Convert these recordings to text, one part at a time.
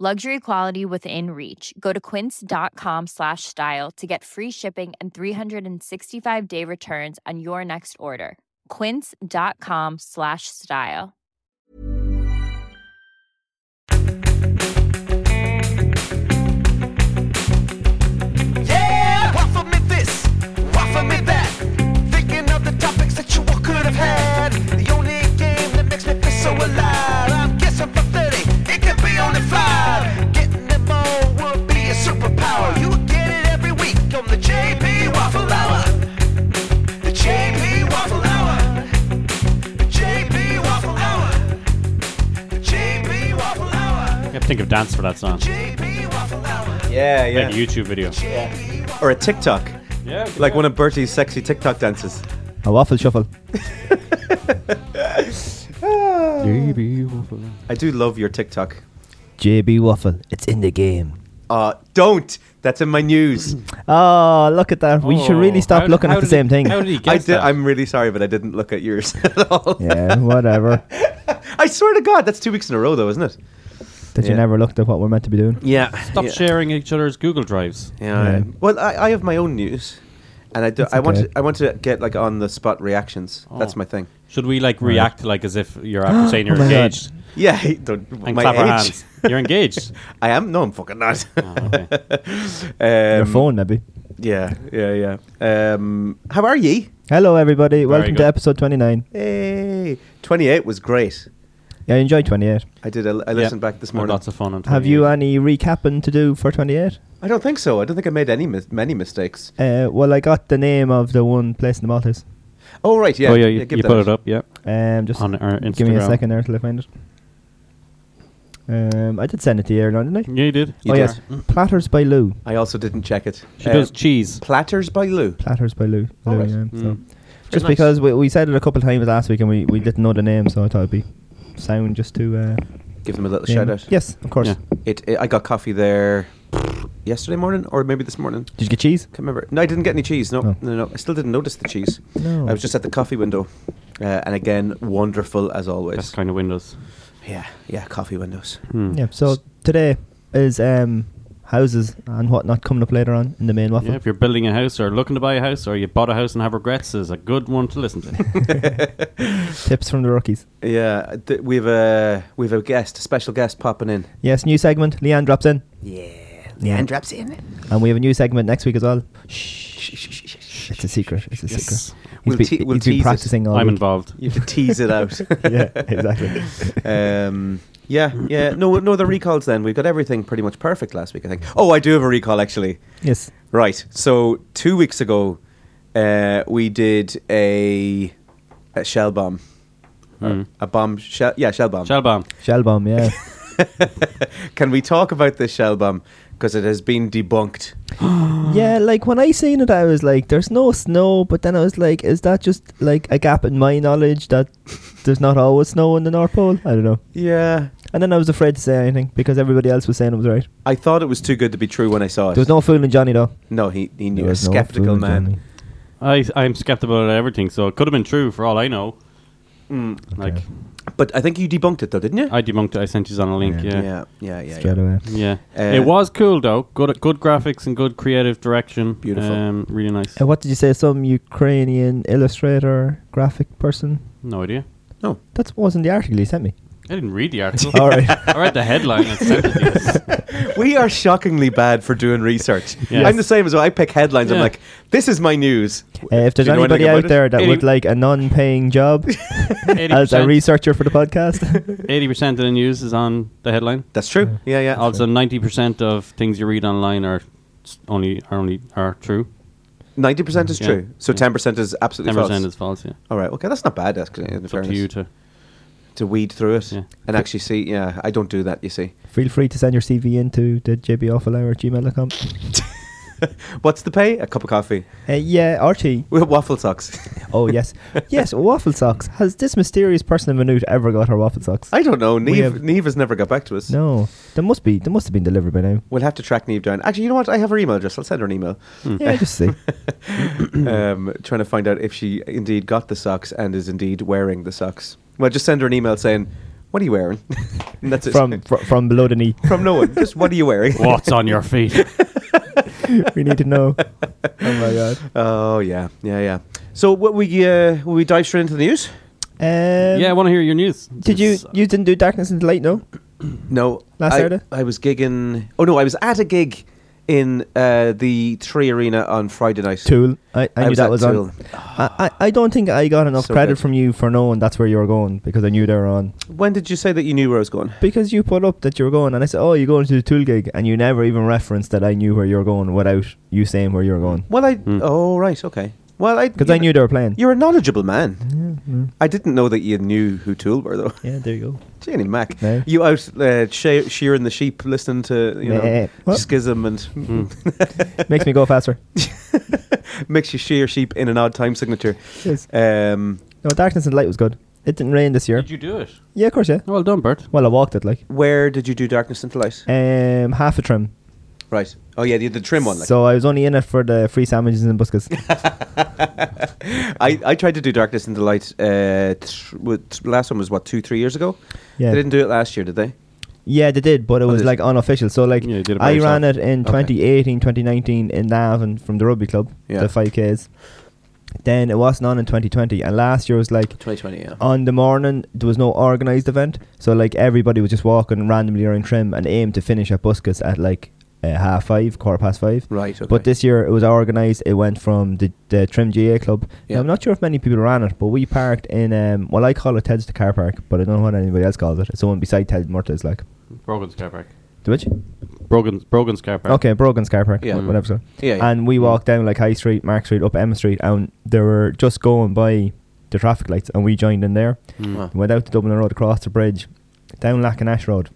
Luxury quality within reach. Go to quince.com slash style to get free shipping and 365 day returns on your next order. Quince.com slash style. Yeah, waffle me this, waffle me that. Thinking of the topics that you all could have had. The only game that makes me feel so alive. I'm guessing for 30, it could be only five. Getting them all would be a superpower. You would get it every week on the JP Waffle Hour. The JP Waffle Hour. The JP Waffle Hour. The JP Waffle Hour. I have to think of dance for that song. JP Waffle Hour. Yeah, Make a yeah. YouTube video. Or a TikTok. Yeah, Like one of Bertie's sexy TikTok dances. A waffle shuffle. JB waffle. I do love your TikTok. JB waffle. It's in the game. Uh, don't. That's in my news. Oh, look at that. We should really stop looking at the same thing. Oh, How did he I guess did, that? I'm really sorry, but I didn't look at yours at all. yeah, whatever. I swear to God, that's two weeks in a row, though, isn't it? That you Yeah. never looked at what we're meant to be doing. Yeah. Stop yeah. sharing each other's Google drives. Yeah. Yeah. Well, I, I have my own news, and I do, I want okay. to, I want to get like on the spot reactions. Oh. That's my thing. Should we like react like as if you're after saying you're Oh my God. engaged Yeah. I Don't, and my clap our age. hands? You're engaged. Oh, I am. No, I'm fucking not. okay. Your um, phone, maybe. yeah. Yeah. Yeah. Um, how are ye? Hello, everybody. Welcome good. to episode 29. Hey. Twenty-eight was great. Yeah, enjoy 28. I did. A, I listened back this Had morning. Lots of fun. On Have you uh, 28. any recapping to do for 28? I don't think so. I don't think I made any mis- many mistakes. Uh, well, I got the name of the one place in the Maltese. Oh right. Yeah. oh yeah, you, give you that put a- it up. Yeah, Um, just on our Instagram. give me a second there till I find it. Um, I did send it to you earlier, on, didn't I? Yeah, you did. You oh did. yes, platters by Lou. I also didn't check it. She Uh, does cheese. platters by Lou. Platters by Lou. All Lou, right. yeah, so. Mm. Just nice. because we, we said it a couple of times last week and we, we didn't know the name, so I thought it'd be sound just to uh, Give them a little name shout it. out. Yes, of course. Yeah. It, it. I got coffee there yesterday morning, or maybe this morning. Did you get cheese? Can't remember. No, I didn't get any cheese. No, No. no, no. I still didn't notice the cheese. No. I was just at the coffee window, uh, and again, wonderful as always. Best kind of windows. yeah, yeah, coffee windows. Hmm. Yeah. So today is um, houses and whatnot coming up later on in the main waffle. Yeah, if you're building a house or looking to buy a house or you bought a house and have regrets, is a good one to listen to. Tips from the rookies. Yeah, th- we've a we've a guest, a special guest popping in. Yes, new segment. Leanne drops in, Yeah, Yeah. Leanne drops in. and we have a new segment next week as well. It's a secret. It's a secret. He's We'll been, te- we'll he's been tease it. practicing all I'm week. involved. You have to tease it out. yeah, exactly. um, yeah, yeah. No, no, the recalls. Then we've got everything pretty much perfect last week. I think. Oh, I do have a recall actually. Yes. Right. So two weeks ago, uh, we did a, a shell bomb, Or a bomb shell. Yeah, shell bomb. Shell bomb. Hmm. Shell bomb. Yeah. Can we talk about this shell bomb? Because it has been debunked. yeah. Like when I seen it, I was like, "There's no snow," but then I was like, "Is that just like a gap in my knowledge that there's not always snow in the North Pole?" I don't know. Yeah. And then I was afraid to say anything because everybody else was saying it was right. I thought it was too good to be true when I saw it. There was no fooling Johnny though. no, he, he knew. A There was no skeptical fooling man. Johnny. I, I'm skeptical about everything, so it could have been true for all I know. Hmm. Like, Okay. But I think you debunked it though, didn't you? I debunked it. I sent you on a link. Yeah. Yeah. Yeah. yeah, yeah, yeah. Straight yeah. Uh, away. it was cool, though. Good good graphics and good creative direction. Beautiful. Um, really nice. And what did you say? Some Ukrainian illustrator, graphic person. No idea. No. That wasn't the article you sent me. I didn't read the article. All right. I read the headline and sent it to you. We are shockingly bad for doing research. Yes. I'm the same as well. I pick headlines. I'm Yeah. like, this is my news. Uh, if Do there's you know anybody anything out about it? there that Any- would like a non-paying job as a 80%, researcher for the podcast, 80% of the news is on the headline. That's true. Yeah, yeah. Also, 90% of things you read online are s- only are only are true. 90% is Yeah. true. So Yeah. 10% is absolutely 10% false. is false, yeah. All right. Okay, that's not bad. That's in It's up fairness. to you to. to weed through it Yeah. and actually see. Yeah, I don't do that. You see, feel free to send your CV into the jboffelhour at gmail.com. what's the pay? A cup of coffee. Uh, yeah, Archie. We have waffle socks. Oh, yes. yes, waffle socks. Has this mysterious person in Minute ever got her waffle socks? I don't know. Neve, have- Neve has never got back to us. no. They must be. They must have been delivered by now. We'll have to track Neve down. Actually, you know what? I have her email address. I'll send her an email. Hmm. Yeah, just see. Hmm. um, trying to find out if she indeed got the socks and is indeed wearing the socks. Well, just send her an email saying, "What are you wearing?" and that's it. from, fr- from below the knee. From no one. Just what are you wearing? What's on your feet? Um, we need to know. Oh, my God. Oh yeah, yeah, yeah. So what we uh, will we dive straight into the news? Um, yeah, I want to hear your news. Did you It's- you didn't do darkness into light? No. No, Last I, Saturday? I was gigging. Oh no, I was at a gig in uh, the Tree Arena on Friday night. Tool. I, I, I knew was that at was Tool. on. I, I I don't think I got enough So credit good. from you for knowing that's where you were going because I knew they were on. When did you say that you knew where I was going? Because you put up that you were going, and I said, "Oh, you're going to the Tool gig," and you never even referenced that I knew where you were going without you saying where you were going. Well, I. Oh right, okay. Well, I Because Hmm. I knew they were playing. You're a knowledgeable man. I didn't know that you knew who Tool were, though. yeah, there you go. Jenny Mac, No. you out uh, she- shearing the sheep, listening to you Meh. know What? schism, and Makes me go faster. makes you shear sheep in an odd time signature. Yes. Um, No, darkness and light was good. It didn't rain this year. Did you do it? yeah, of course, yeah. Well done, Bert. Well, I walked it like where did you do Darkness into Light? um half a trim. Right. Oh yeah, the, the trim one. Like. So I was only in it for the free sandwiches and buscuits. I, I tried to do Darkness into Light. Uh, th- with, last one was what two three years ago. Yeah. They didn't do it last year, did they? Yeah, they did, but it was Oh, did like unofficial. So like Yeah, you did it by I yourself. ran it in Okay. 2018, 2019 in Navan from the rugby club, Yeah. the 5Ks. Then it wasn't on in 2020, and last year was like Twenty twenty. Yeah. on the morning there was no organised event, so like everybody was just walking randomly around trim and aimed to finish at Buscus at like uh, half five, quarter past five. Right. Okay. But this year it was organised. It went from the, the Trim GA Club. Now, Yeah. I'm not sure if many people ran it, but we parked in um, well I call it Ted's the car park, but I don't know what anybody else calls it. It's the one beside Ted Murta's like. Brogan's car park. Do it? Brogan's, Brogan's car park. Okay, Brogan's car park. Yeah. Yeah, whatever. so. Yeah, yeah. And we walked down like High Street, Mark Street, up Emma Street, and they were just going by the traffic lights, and we joined in there. Wow. Went out to Dublin Road, across the bridge, down Lackinash Road.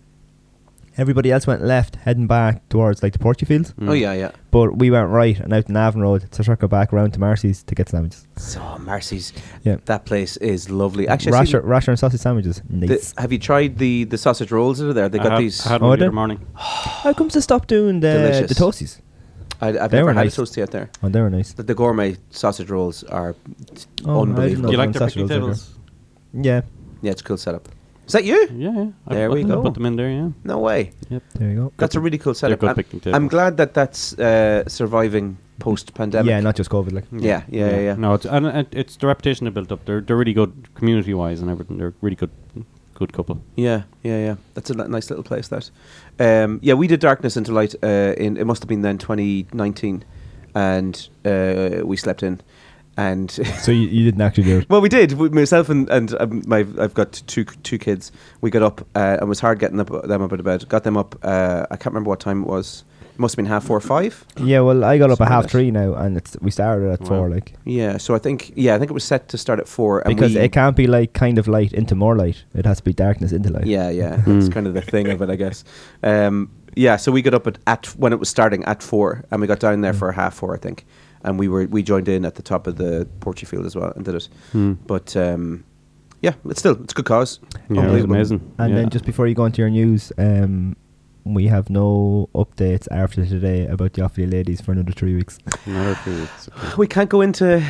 Everybody else went left, heading back towards like the Portufields, Oh yeah, yeah. but we went right and out in Avon Road to circle back around to Marcy's to get sandwiches. So Marcy's. Yeah. That place is lovely. Actually, I seen- Rasher, rasher and sausage sandwiches. The- Nice. have you tried the, the sausage rolls that are there? They I got had, these. I had Oh, one I the other did? morning. How comes they stopped doing the, the Delicious. toasties? I, I've They never were had nice. a toasty out there. Oh, they were nice. The, the gourmet sausage rolls are Oh, I didn't unbelievable. know Do you Those like ones their actually picnic was okay. tables? Yeah, Yeah, it's a cool setup. Is that you? Yeah, yeah. I- There I we think I go. Put them in there, yeah. No way. there you go. That's a really cool setup. good I'm, picnic I'm tables. glad that that's uh, surviving post pandemic. Yeah, not just COVID. Like, yeah, yeah, yeah, yeah. No, it's and it, it's the reputation they built up. They're they're really good community wise and everything. They're really good, good couple. Yeah, yeah, yeah. That's a li- nice little place. That, um, yeah, we did Darkness into Light. Uh, in it must have been then 2019, and uh, we slept in, and so you, you didn't actually do it. Well, we did. We, myself and and um, my I've got two two kids. We got up uh, and it was hard getting up, them up out of bed. Got them up. Uh, I can't remember what time it was. It must have been half four or five. Yeah, well, I got up at Something like half that. three now, and it's we started at Wow. four, like Yeah. So I think yeah, I think it was set to start at four. And because we, it can't be like kind of light into more light. It has to be Hmm. darkness into light. Yeah, yeah. That's kind of the thing of it, I guess. Um, yeah. So we got up at, at when it was starting at four, and we got down Hmm. there for half four, I think. And we were we joined in at the top of the Portufield as well and did it. Hmm. But um, yeah, it's still it's a good cause. Yeah, it was Unbelievable. amazing. And yeah. then just before you go into your news, um, we have no updates after today about the Offaly ladies for another three weeks. Another three weeks. Okay. We can't go into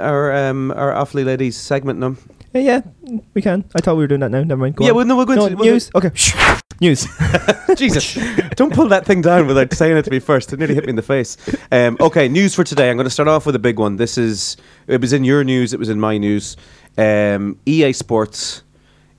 our um, our awfully ladies segment now. yeah, yeah, we can. I thought we were doing that now. Never mind. Go Yeah, on. well, no, we're going no, to- we're news. okay, news. Jesus, don't pull that thing down without saying it to me first. It nearly hit me in the face. Um, okay, news for today. I'm going to start off with a big one. This is it was in your news. It was in my news. Um, EA E Sports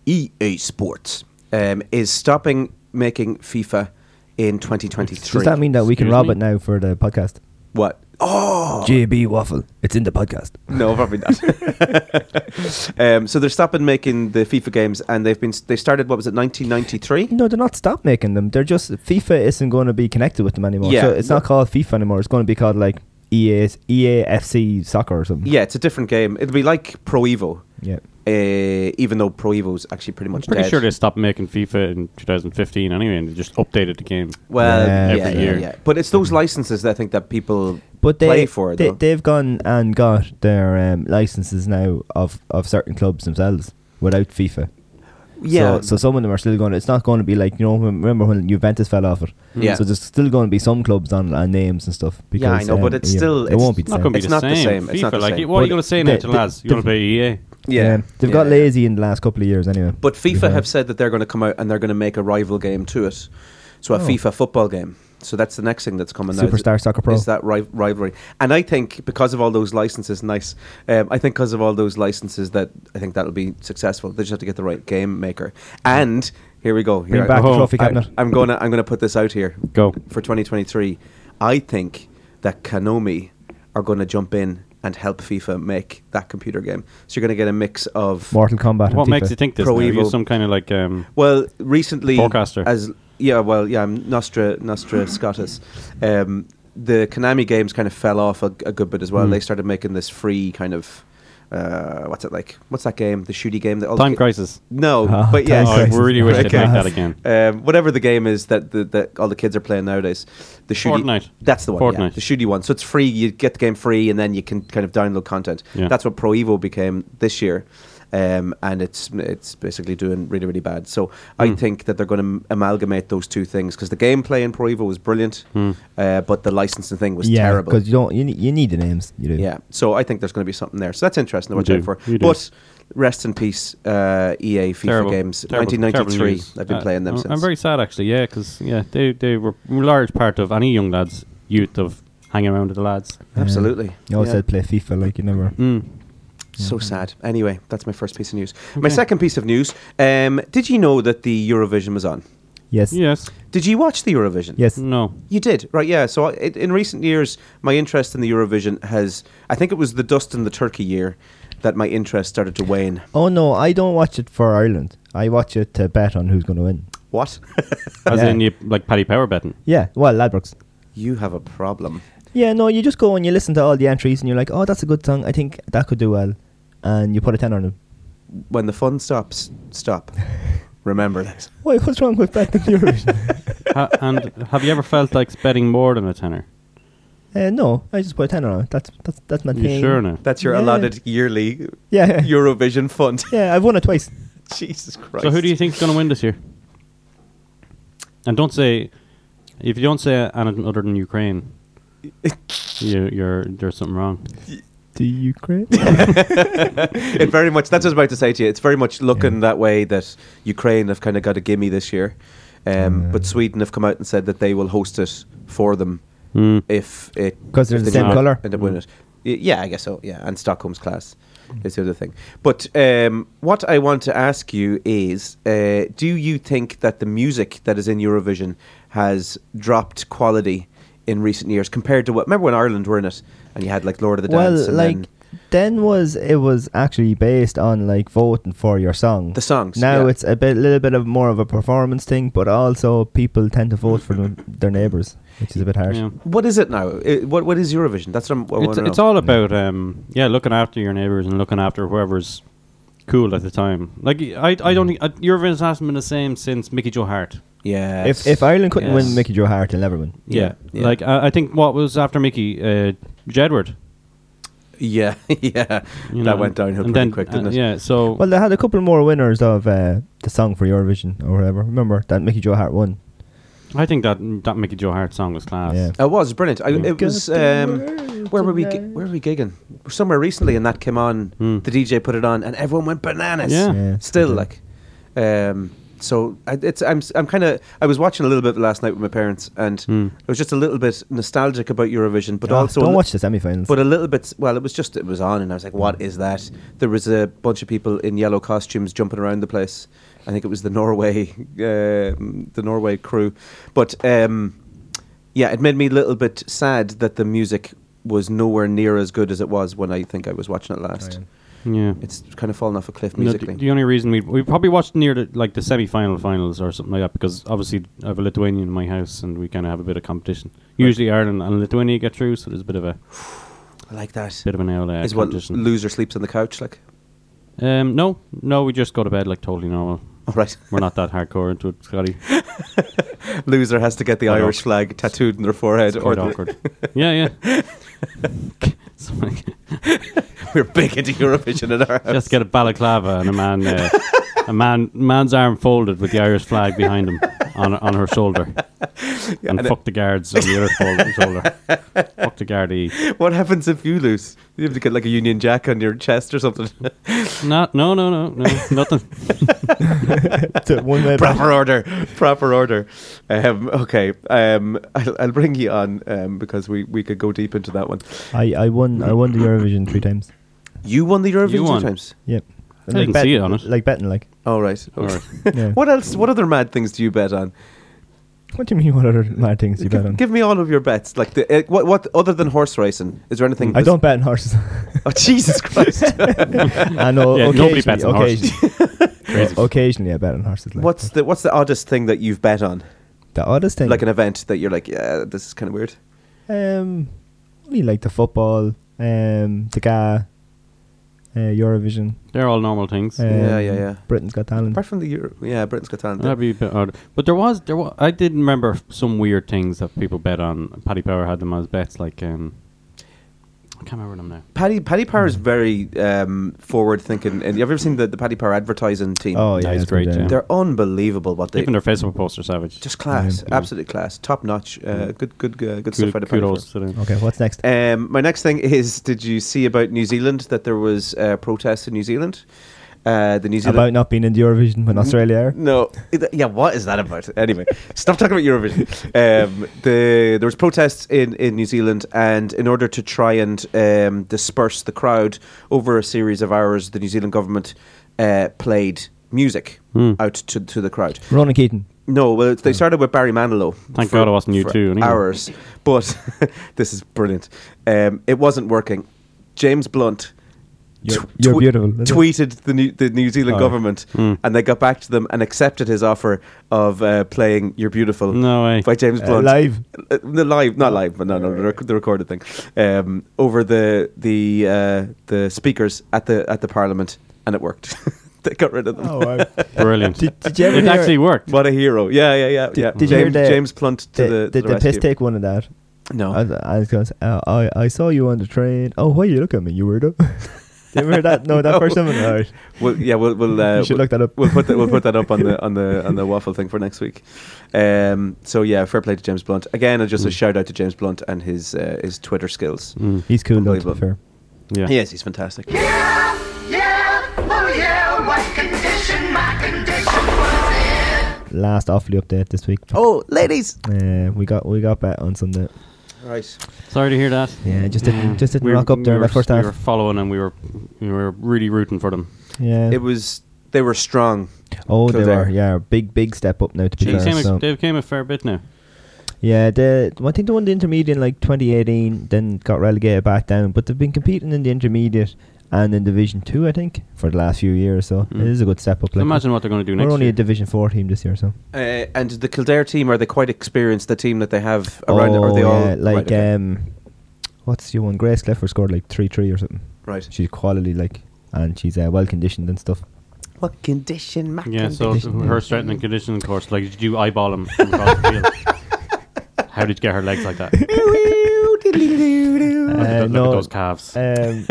EA Sports um, is stopping making FIFA in 2023. Does that mean that we can Excuse rob me? it now for the podcast? what? Oh JB Waffle. It's in the podcast. no, probably not. um, so they're stopping making the FIFA games, and they've been they started what was it 1993? No, they're not stop making them. They're just FIFA isn't going to be connected with them anymore. Yeah. So it's not called FIFA anymore. It's going to be called like E EA's EAFC soccer or something. Yeah, it's a different game. It'll be like Pro Evo, Yeah. uh, even though Pro Evo's actually pretty much I'm pretty dead. sure they stopped making FIFA in 2015 anyway, and they just updated the game. Well, Yeah, yeah, every yeah, year. yeah. But it's those licenses that I think that people But they, play for. they though. they've gone and got their um, licenses now of, of certain clubs themselves without FIFA. yeah, So, so some of them are still going. to It's not going to be like you know. Remember when Juventus fell off it? Yeah. So there's still going to be some clubs on, on names and stuff. Because, um, I know, but it's yeah, still- it it's won't be the It's not going to same. be It's the not the same. same. It's FIFA, not the like, same. what are But you going to say now the- to the- lads? You want to play E EA? yeah. Um, they've yeah, got yeah. lazy in the last couple of years anyway. uh, But FIFA Because- have said that they're going to come out and they're going to make a rival game to it, so a FIFA football game. So that's the next thing that's coming. now, is- Oh. Superstar Soccer Pro. is that ri- rivalry? And I think because of all those licenses, nice. Um, I think because of all those licenses, that I think that'll be successful. They just have to get the right game maker. And here we go. Here Bring I- back the Oh, trophy I- cabinet. I'm gonna I'm gonna put this out here. Go. for 2023. I think that Konami are gonna jump in and help FIFA make that computer game. So you're gonna get a mix of Mortal Kombat. and What makes FIFA. you think this? Pro now? Are you Evo. some kind of like um, well recently Forecaster. as yeah well yeah I'm Nostra Nostra Scotus. Um, the Konami games kind of fell off a, a good bit as Hmm. well. They started making this free kind of. Uh, what's it like? What's that game? The shooty game? That all the time ki- crisis? No, Ah, but yeah, Time Oh, I Crisis. really wish they'd Okay. make that again. um, whatever the game is that the, that all the kids are playing nowadays. The shooty, Fortnite. That's the one. Yeah, Fortnite. the shooty one. So it's free. You get the game free, and then you can kind of download content. Yeah. That's what Pro Evo became this year, um, and it's it's basically doing really really bad. So Hmm. I think that they're going to amalgamate those two things because the gameplay in Pro Evo was brilliant, Hmm. uh, but the licensing thing was yeah, terrible. because you don't you need, you need the names. You do. Yeah. So I think there's going to be something there. So that's interesting to watch You out do. for. You do. But rest in peace, uh, EA FIFA Terrible, games. terrible, terrible 1993. news. I've been Uh, playing them I'm- since. I'm very sad actually. Yeah, because yeah, they they were a large part of any young lads' youth of hanging around with the lads. Absolutely. You always Yeah. said play FIFA like you never. Mm. So sad. Anyway, that's my first piece of news. My second piece of news. Um, did you know that the Eurovision was on? Yes. Yes. Did you watch the Eurovision? Yes. No. You did, right? Yeah. So I, it, in recent years, my interest in the Eurovision has. I think it was the dust in the turkey year that my interest started to wane. Oh no, I don't watch it for Ireland. I watch it to bet on who's going to win. What? As Yeah. in you like Paddy Power betting. Yeah. Well, Ladbrokes. you have a problem. Yeah, no, you just go and you listen to all the entries and you're like, oh, that's a good song. I think that could do well. And you put a 10 on it. When the fun stops, stop. Remember that. Why, what's wrong with betting Eurovision? ha- and have you ever felt like betting more than a tenner? uh, no, I just put a 10 on it. That's, that's, that's my You thing. sure now? That's your Yeah. allotted yearly Yeah. Eurovision fund. yeah, I've won it twice. Jesus Christ. So who do you think's going to win this year? And don't say if you don't say anything other than Ukraine, you, you're there's something wrong. Do you Ukraine? It very much. That's what I was about to say to you. It's very much looking that way that Ukraine have kind of got a gimme this year, um, but Sweden have come out and said that they will host it for them if it Hmm. 'Cause they're if the they same do colour. Hmm. End up winning it. Y- Yeah, I guess so. Yeah, and Stockholm's class is the other thing. But um, what I want to ask you is, uh, do you think that the music that is in Eurovision has dropped quality? In recent years, compared to what, remember when Ireland were in it, and you had like Lord of the well, Dance, and like, then- then was it was actually based on like voting for your song. The songs, Now yeah. it's a bit, little bit of more of a performance thing, but also people tend to vote for them, their neighbours, which is a bit harsh. Yeah. What is it now? I what what is Eurovision? That's what I'm. I It's, wanna it's know. all about um, yeah, looking after your neighbors and looking after whoever's cool at the time. Like I, I Mm-hmm. don't think uh, Eurovision hasn't been the same since Mickey Joe Hart. Yeah. If if Ireland couldn't win Yes. Mickey Joe Hart, they'll never win. Yeah, yeah. like I, I think what was after Mickey, uh, Jedward. yeah, yeah, you that know, went downhill pretty quick, didn't uh, it? Yeah, so Well, they had a couple more winners of uh, the song for Eurovision or whatever. Remember that Mickey Joe Hart won. I think that that Mickey Joe Hart song was class. Yeah. Oh, It was brilliant. I, it Got was. the Um, world where were we? Gi- tonight. where were we gigging? Somewhere recently, and that came on. The DJ put it on, and everyone went bananas. Hmm. Yeah. Yeah. Still like, um, so I, it's I'm s- I'm kind of I was watching a little bit last night with my parents, and Hmm. I was just a little bit nostalgic about Eurovision, but Ah, also a don't li- watch the semifinals. but a little bit, well, it was just, it was on, and I was like, what is that? There was a bunch of people in yellow costumes jumping around the place. I think it was the Norway, um the Norway crew. But um, yeah, it made me a little bit sad that the music was nowhere near as good as it was when I think I was watching it last. Yeah. It's kind of fallen off a cliff No, th- musically. the only reason we we probably watched near the, like the semi-final finals or something like that because obviously I have a Lithuanian in my house and we kind of have a bit of competition. Usually Ireland and Lithuania get through, so there's a bit of a I like that. Is bit of an out uh, what competition. loser sleeps on the couch like? um, no, no, we just go to bed like totally normal. All right, We're not that hardcore into it, Scotty. loser has to get the Quite Irish flag tattooed on their forehead, or Quite the- awkward. yeah, yeah. So, like, we're big into Eurovision in our house. just get a balaclava and a man, uh, a man, man's arm folded with the Irish flag behind him on on her shoulder, and, and it- fuck the guards on the other fold- shoulder. fuck the guardie. What happens if you lose? You have to get like a Union Jack on your chest or something. Not, no, no, no, no, nothing. uh, To one way back. proper order, proper order. Um, okay, um, I'll, I'll bring you on um, because we, we could go deep into that one. I, I won I won the Eurovision three times. You won the Eurovision You won. two times. Yep. I didn't see it on it. Like betting, like. All right. All right. Yeah. what else? What other mad things do you bet on? What do you mean? What other mad things you bet on? Give me all of your bets. Like the uh, what? What other than horse racing? Is there anything? I don't bet on horses. Oh, Jesus Christ! I know. Yeah, nobody occasionally- bets on horses. occasionally- Occasionally, I bet on horses. Like, what's the What's the oddest thing that you've bet on? the oddest thing? Like an event that you're like, yeah, this is kind of weird. Um, only like the football, um, the guy, uh, Eurovision. They're all normal things. Um, Yeah, yeah, yeah. Britain's Got Talent. Apart from the Euro, yeah, Britain's Got Talent. That'd be a bit odd. But there was there was, I did remember some weird things that people bet on. Paddy Power had them as bets, like um, I can't remember them now. Paddy Paddy Power is very um, forward thinking. And have you ever seen the, the Paddy Power advertising team? Oh That yeah, is that's great, what, uh, yeah. they're unbelievable. What they Even their Facebook posts are savage. just class, Yeah. absolute class, top notch. Uh, good good uh, good Kud- stuff. out of Paddy kudos Power. to them. Okay, what's next? Um, my next thing is: Did you see about New Zealand that there was uh, protests in New Zealand? Uh, the New Zealand About not being in the Eurovision Mm-hmm. when Australia are. No, It- yeah. What is that about? Anyway, stop talking about Eurovision. Um, the there was protests in, in New Zealand, and in order to try and um, disperse the crowd over a series of hours, the New Zealand government uh, played music out to, to the crowd. Ronan Keaton. No, well, they started with Barry Manilow. Thank for- God it wasn't you for two, anyway. Hours, but this is brilliant. Um, it wasn't working. James Blunt. You're- tw- you're twe- beautiful, isn't it? Tweeted the New, the New Oh. Zealand government, Hmm. and they got back to them and accepted his offer of uh, playing "You're Beautiful" No way. by James Uh, Blunt live? Uh, no, live, not live, but no, no, the, rec- the recorded thing um, over the the uh, the speakers at the at the Parliament, and it worked. they got rid of them. Oh, wow. Brilliant. Did- did you ever it hear- actually worked. What a hero! Yeah, yeah, yeah. yeah. did you hear James, the- James Plunt to the, did to the, did the rescue. piss take one of that? No, I, was- I was going. Uh, I I saw you on the train. Oh, why you look at me, you weirdo? Did you remember that? No, that No. first time. All right. Well, yeah, we'll we'll, uh, You should we'll- look that up. We'll put that we'll put that up on the on the on the waffle thing for next week. Um, so yeah, fair play to James Blunt again, and Mm. just a shout out to James Blunt and his uh, his Twitter skills. He's cool though. To Unbelievable. be fair. Yeah. Yes, he's fantastic. Yeah, oh yeah, what condition my condition was in. Last awfully update this week. Oh, ladies! Uh, we got we got bet on Sunday. Right, Sorry to hear that. Yeah, just didn't just didn't We were- rock up we during were that first s- We were half. following and we were we were really rooting for them. Yeah. it was they were strong. oh, they Kildare. were. Yeah, big big step up now to They be fair. came, a, So. they came a fair bit now. Yeah, the I think they won the intermediate in like 2018, then got relegated back down. But they've been competing in the intermediate and in Division Two, I think, for the last few years. So it is a good step up. Like Hmm. Imagine what they're going to do we're next. only year. a Division Four team this year, so Uh, and the Kildare team are they quite experienced? The team that they have around it, are they all Oh, yeah, like right, okay. um, what's your one? Grace Clifford scored like three three or something. right. She's quality like, and she's uh, well conditioned and stuff. What condition? My yeah, so condition, yeah. her strength and conditioning course, like, did you eyeball him from across the field? How did you get her legs like that? Look Uh, at tho- no, look at those calves. um,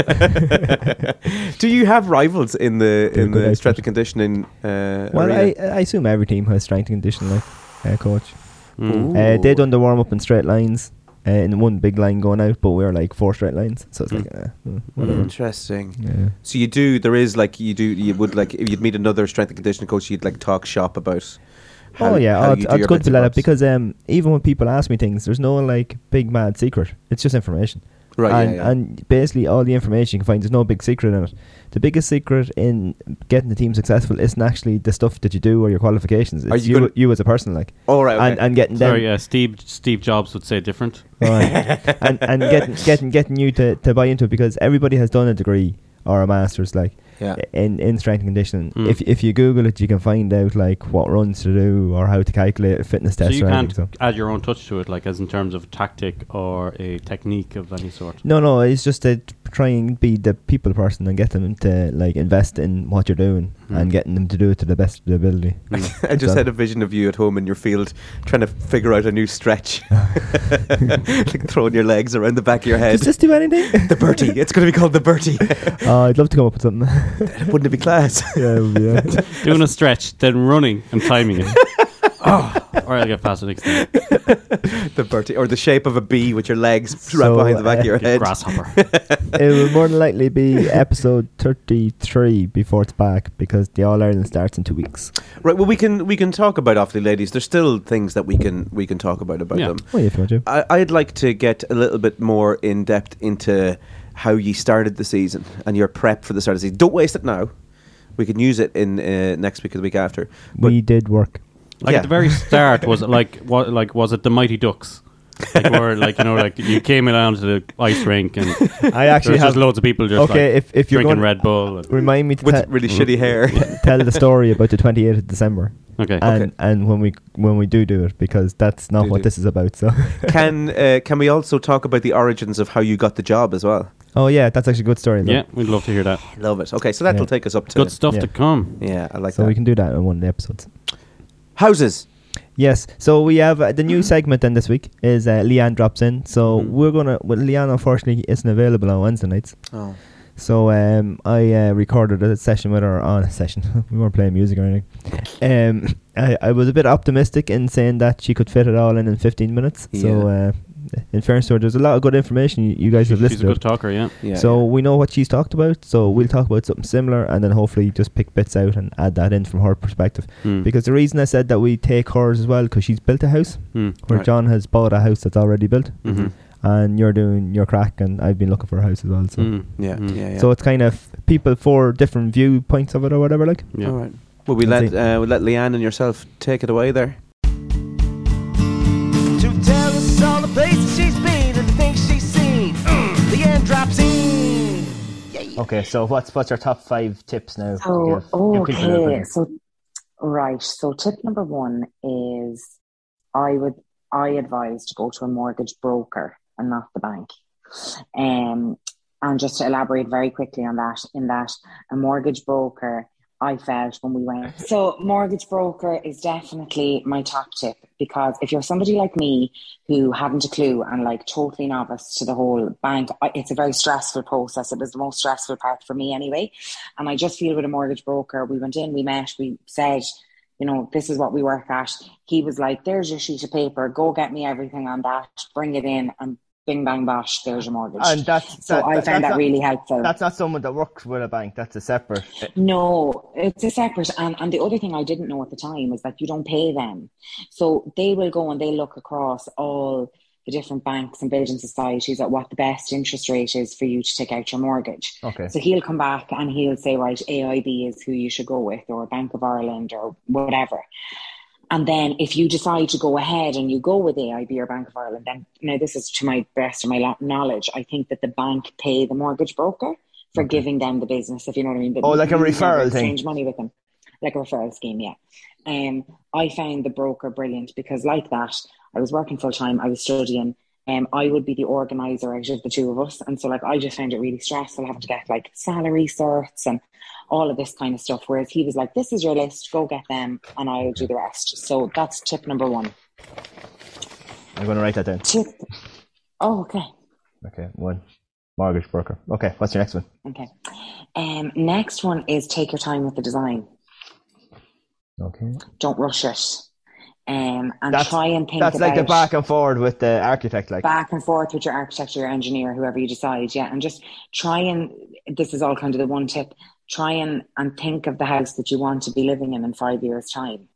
Do you have rivals in the in good the outfit. strength and conditioning? Uh, well, I, arena? I assume every team has strength and conditioning like uh, coach. Mm. Uh, they Ooh. done the warm up in straight lines. uh, in one big line going out, but we were like four straight lines. So Hmm. it's like, uh, mm, whatever. Interesting. Yeah. So you do. There is like you do. You would like if you'd meet another strength and conditioning coach. You'd like talk shop about. how- oh yeah, how oh, you it's, do oh, it's your good bits to and let out bobs. because um, even when people ask me things, there's no like big mad secret. It's just information. Right, yeah, And, yeah. and basically all the information you can find. There's no big secret in it. The biggest secret in getting the team successful isn't actually the stuff that you do or your qualifications. It's Are you you, gonna- you, as a person, like. Oh, right, And okay. and getting them. Sorry, uh, Steve Steve Jobs would say different. Right. and and getting getting getting you to, to buy into it because everybody has done a degree or a master's like Yeah. in, in strength and conditioning. Mm. If if you Google it you can find out like what runs to do or how to calculate a fitness So test you or can't anything. So. add your own touch to it, like as in terms of tactic or a technique of any sort. No, no, it's just to try and be the people person and get them to like invest in what you're doing Mm. and getting them to do it to the best of their ability. Hmm. I just So- had a vision of you at home in your field trying to figure out a new stretch, like throwing your legs around the back of your head. Does this do anything? the Bertie. It's going to be called the Bertie. oh, I'd love to come up with something. Wouldn't it be class? yeah, yeah. Doing a stretch, then running and timing it. oh, or I'll get past it next time. the Bertie, or the shape of a bee with your legs right So, behind the back of uh, your Get head. grasshopper. it will more than likely be episode 33 before it's back because the All Ireland starts in two weeks. Right. Well, we can we can talk about awfully ladies. There's still things that we can we can talk about about Yeah. them. Oh, yeah, if you want to. I, I'd like to get a little bit more in depth into how you started the season and your prep for the start of the season. Don't waste it now. We can use it in uh, next week or the week after. But we did work. Like Yeah. at the very start, was it like what? Like was it the Mighty Ducks? Like where, like you know, like you came down to the ice rink and I actually there's have. just loads of people just okay, like if, if you're drinking going Red Bull. and- Remind me to with te- really shitty hair. tell the story about the 28th of December. okay, And, Okay. and when we when we do do it because that's not Do what do. this is about. So, can uh, can we also talk about the origins of how you got the job as well? oh yeah, that's actually a good story. though. yeah, we'd love to hear that. I love it. Okay, so that'll Yeah. take us up to Good stuff Yeah. to come. Yeah, I like So that. we can do that in one of the episodes. Houses. Yes. So we have uh, the Mm-hmm. new segment then this week is uh, Leanne drops in. So Mhm. we're gonna. Well, Leanne unfortunately isn't available on Wednesday nights. Oh. So um, I uh, recorded a session with her on a session. we weren't playing music or anything. Um, I, I was a bit optimistic in saying that she could fit it all in in 15 minutes. So uh, in fairness to her, there's a lot of good information you, you guys have She's a listed. good talker. Yeah. Yeah. so yeah. we know what she's talked about. So we'll talk about something similar, and then hopefully just pick bits out and add that in from her perspective. Hmm. Because the reason I said that we take hers as well, because she's built a house Hmm. where Right. John has bought a house that's already built, Mhm. and you're doing your crack, and I've been looking for a house as well. So. Hmm. Yeah, Hmm. yeah, yeah. Mm. So it's kind of people four different viewpoints of it or whatever. Like, Yeah. All right. Well, we That's let uh, we let Leanne and yourself take it away there. to tell us all the places she's been and the things she's seen. Mm, Leanne drops in. okay. So what's what's your top five tips now? So, Oh, okay. So, right. So, tip number one is I would I advise to go to a mortgage broker and not the bank. Um, and just to elaborate very quickly on that, in that a mortgage broker, I felt when we went. So, mortgage broker is definitely my top tip because if you're somebody like me who hadn't a clue and like totally novice to the whole bank, I- it's a very stressful process. It was the most stressful part for me anyway. And I just feel with a mortgage broker, we went in, we met, we said, you know, this is what we work at. He was like, there's your sheet of paper. Go get me everything on that. Bring it in and bing, bang, bosh, there's your mortgage. And that's so that- I that- that's found that not- really helpful. That's not someone that works with a bank. That's a separate. No, it's a separate. And, and the other thing I didn't know at the time is that you don't pay them. So they will go and they look across all the different banks and building societies at what the best interest rate is for you to take out your mortgage. Okay. So he'll come back and he'll say, right, AIB is who you should go with, or Bank of Ireland, or whatever. And then if you decide to go ahead and you go with AIB or Bank of Ireland, then now this is to my best of my la- knowledge, I think that the bank pay the mortgage broker for giving them the business, if you know what I mean. But Oh, like a you never referral thing. Exchange money with them, like a referral scheme, yeah. Um, I found the broker brilliant because, like that, I was working full time, I was studying. Um, I would be the organizer out of the two of us, and so like I just found it really stressful having to get like salary certs and all of this kind of stuff. Whereas he was like, "This is your list, go get them, and I'll do the rest." So that's tip number one. I'm going to write that down. Tip. Oh, okay. Okay, one mortgage broker. Okay, what's your next one? Okay. Um, next one is take your time with the design. Okay. Don't rush it. um, and That's- try and think That's about like the back and forward with the architect. Like, back and forth with your architect or your engineer, whoever you decide. Yeah, and just try and this is all kind of the one tip. Try and and think of the house that you want to be living in in five years' time,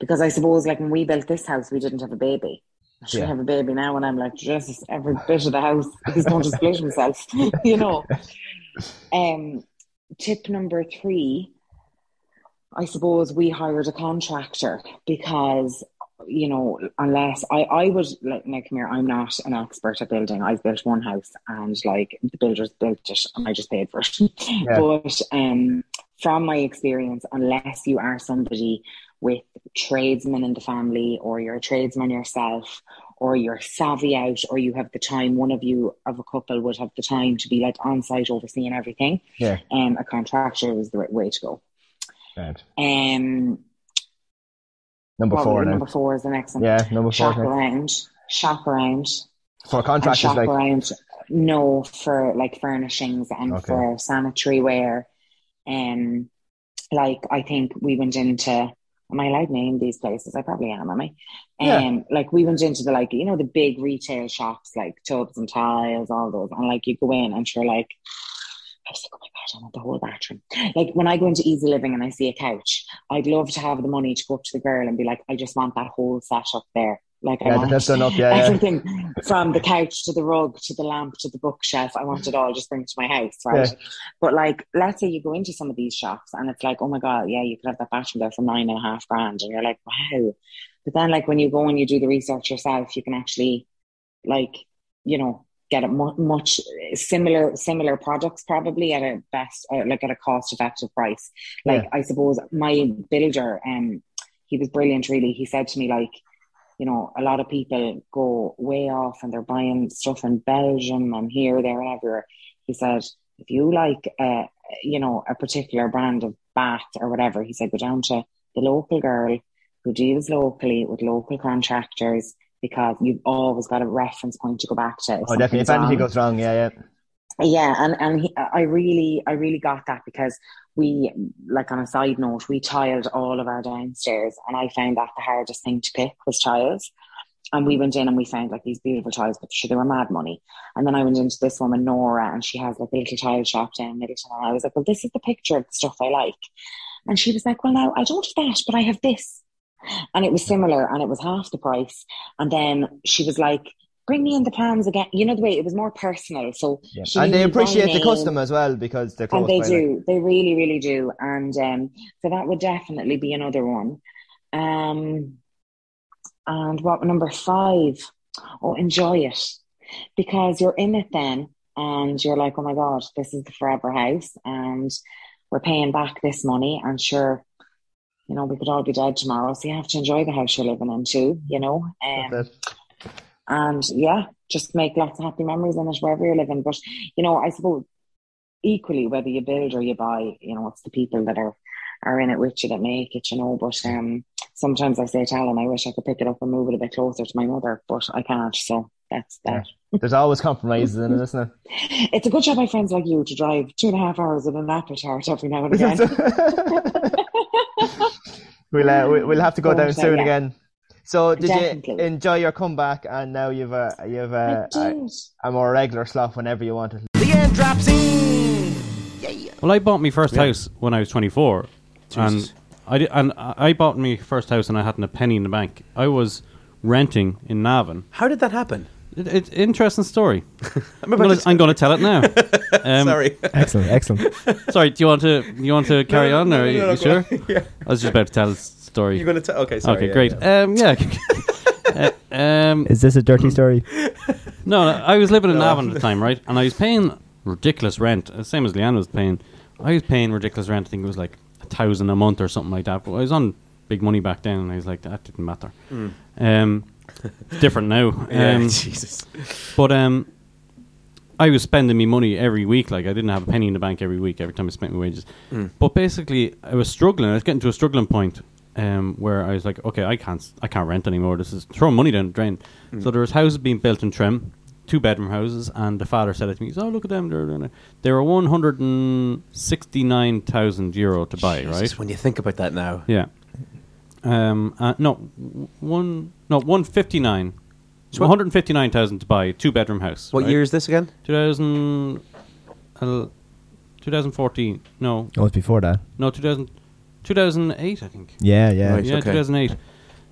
because I suppose like when we built this house, we didn't have a baby. I should Yeah. have a baby now, and I'm like, Jesus, every bit of the house he's going to split himself, you know. Um, tip number three. I suppose we hired a contractor because you know, unless I, I would like, now come here, I'm not an expert at building. I've built one house and like the builders built it and I just paid for it. But um, from my experience, unless you are somebody with tradesmen in the family or you're a tradesman yourself or you're savvy out or you have the time, one of you of a couple would have the time to be like on site overseeing everything. yeah, Um, a contractor was the right way to go. grand. Um, number what four was it? now. number four is the next one Yeah, number four shop now. around, shop around, for and contractors. shop Like, around. No, for like furnishings and Okay. for sanitary ware. Um, like I think we went into. Am I allowed to name these places? I probably am, am I? Yeah. Um, like we went into the like you know the big retail shops like tubs and tiles, all those, and like you go in and you're like. I was like, oh my god, I want the whole bathroom. Like when I go into easy living and I see a couch, I'd love to have the money to go up to the girl and be like, I just want that whole set up there. Like I yeah, want that's done up. Yeah, yeah. everything from the couch to the rug to the lamp to the bookshelf. I want it all. Just bring it to my house, right? Yeah. But like, let's say you go into some of these shops and it's like, oh my god, yeah, you could have that bathroom there for nine and a half grand, and you're like, wow. But then, like, when you go and you do the research yourself, you can actually, like, you know, get a mu- much similar similar products probably at a best, uh, like at a cost effective price. Like, I suppose my builder, um, he was brilliant. Really, he said to me like you know, a lot of people go way off and they're buying stuff in Belgium and here, there, and everywhere. He said, if you like, uh, you know, a particular brand of bat or whatever, he said, go down to the local girl who deals locally with local contractors because you've always got a reference point to go back to. if Oh, definitely. If something's anything wrong." goes wrong, yeah, yeah. Yeah, and and he, I really, I really got that because we, like on a side note, we tiled all of our downstairs, and I found that the hardest thing to pick was tiles. And we went in and we found like these beautiful tiles, but sure they were mad money. And then I went into this woman Nora, and she has like a little tile shop down Middleton, and I was like, well, this is the picture of the stuff I like. And she was like, well, no, I don't have that, but I have this. And it was similar, and it was half the price. And then she was like, bring me in the plans again. You know the way it was more personal, so yeah. she And knew they by appreciate the name. custom as well because they're close And they by, like. do. They really, really do. And um, so that would definitely be another one. Um, and what number five? Oh, enjoy it because you're in it then, and you're like, oh my god, this is the forever house, and we're paying back this money, and sure. You know, we could all be dead tomorrow, so you have to enjoy the house you're living in too, you know. Um, That's it. and yeah, just make lots of happy memories in it wherever you're living. But you know, I suppose equally whether you build or you buy, you know, it's the people that are are in it with you that make it, you know. But um, sometimes I say to Alan, I wish I could pick it up and move it a bit closer to my mother, but I can't. So that's that. There's always compromises in it, isn't It's a good job I have friends like you to drive two and a half hours in an apple tart every now and again. there? we'll, uh, we- we'll have to go Don't down say soon yeah. again. So, did you Definitely. enjoy your comeback? And now you've a you've uh, I a, a, did. a more regular slot whenever you want it. The end drops in. Well, I bought my first house when I was 24. Jesus. And I, di- and I I bought my first house and I hadn't a penny in the bank. I was renting in Navan. How did that happen? It, it's interesting story. I'm, gonna, I'm gonna tell it now. Um, Sorry. Excellent, excellent. sorry, Do you want to you want to carry on? or are you, no, no, you go on. sure? I was just about to tell a s- story. You're going to tell. Okay, sorry. okay, yeah, great. yeah. Um, yeah. Uh, um, Is this a dirty story? no, no, I was living in Navan at the time, right? And I was paying ridiculous rent, uh, same as Leanne was paying. I was paying ridiculous rent. I think it was like a thousand a month or something like that. But I was on big money back then, and I was like, that didn't matter. Um, it's different now. Um, Hmm. Yeah, Jesus. But um, I was spending me money every week. Like I didn't have a penny in the bank every week. Every time I spent my wages, but basically I was struggling. I was getting to a struggling point um, where I was like, okay, I can't, s- I can't rent anymore. This is throwing money down the drain. So there was houses being built in Trim, two bedroom houses, and the father said it to me, he says, "Oh, look at them. They're doing it." They were one hundred and sixty nine thousand euro to buy, Jesus, right? when you think about that now. Yeah. Um, uh, no, w- one no one fifty nine. So one hundred fifty nine thousand to buy a two bedroom house. What right? uh, year is this again? 2000, el- 2014. No, Oh, it's before that. no, 2000, 2008, I think. Yeah, yeah. Right. yeah, okay. 2008.